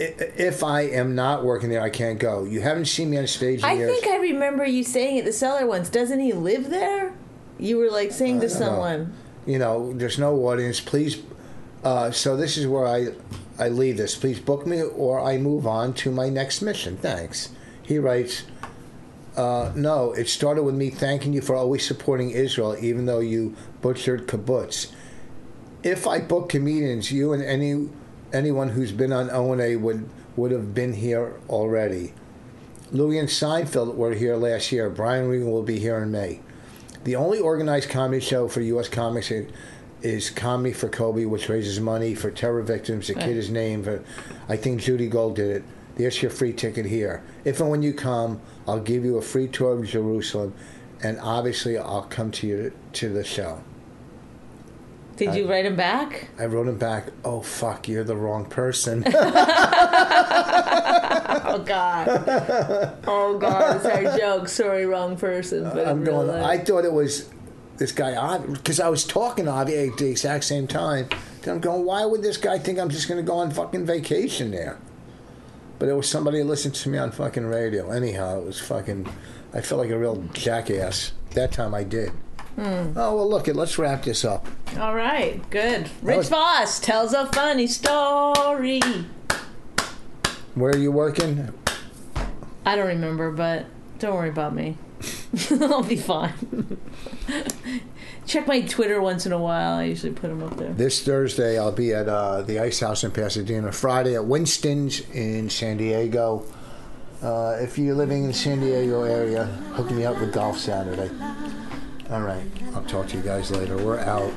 [SPEAKER 1] I- If I am not working there, I can't go. You haven't seen me on stage in
[SPEAKER 2] I
[SPEAKER 1] years.
[SPEAKER 2] think I remember you saying at the cellar once. Doesn't he live there? You were like saying to
[SPEAKER 1] don't know.
[SPEAKER 2] someone.
[SPEAKER 1] you know, there's no audience. Please. Uh, so this is where I, I leave this. Please book me, or I move on to my next mission. Thanks. He writes. Uh, no, it started with me thanking you for always supporting Israel, even though you butchered kibbutz. If I book comedians, you and any anyone who's been on O and A would would have been here already. Louis and Seinfeld were here last year. Brian Regan will be here in May. The only organized comedy show for U.S. comics i- is Comedy for Kobe, which raises money for terror victims. The kid is named for, I think Judy Gold did it. There's your free ticket here. If and when you come, I'll give you a free tour of Jerusalem, and obviously I'll come to you to the show.
[SPEAKER 2] Did you write him back?
[SPEAKER 1] I wrote him back, oh fuck, you're the wrong person.
[SPEAKER 2] Oh God! oh God! It's our joke. Sorry, wrong person. But
[SPEAKER 1] I'm
[SPEAKER 2] in real
[SPEAKER 1] going. I
[SPEAKER 2] life-
[SPEAKER 1] thought it was this guy Avi because I was talking to Avi at the exact same time. Then I'm going, why would this guy think I'm just going to go on fucking vacation there? But it was somebody who listened to me on fucking radio. Anyhow, it was fucking. I felt like a real jackass that time. I did. Oh well, look it. Let's wrap this up.
[SPEAKER 2] All right. Good. Rich
[SPEAKER 1] was-
[SPEAKER 2] Voss tells a funny story.
[SPEAKER 1] Where are you working?
[SPEAKER 2] I don't remember, but don't worry about me. I'll be fine. Check my Twitter once in a while. I usually put them up there.
[SPEAKER 1] This Thursday, I'll be at uh, the Ice House in Pasadena. Friday at Winston's in San Diego. Uh, if you're living in San Diego area, hook me up with golf Saturday. All right, I'll talk to you guys later. We're out.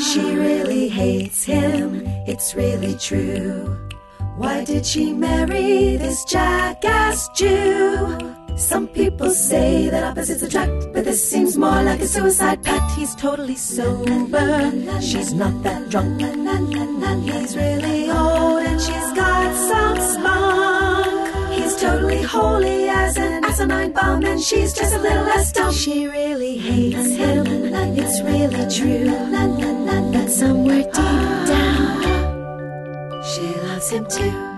[SPEAKER 4] She really hates him, it's really true. Why did she marry this jackass Jew? Some people say that opposites attract, but this seems more like a suicide pact. He's totally sober, she's not that drunk. He's really old and she's got some spunk. He's totally holy as an asinine bomb, and she's just a little less dumb. She really hates him, it's really true. But somewhere deep down, she loves him too.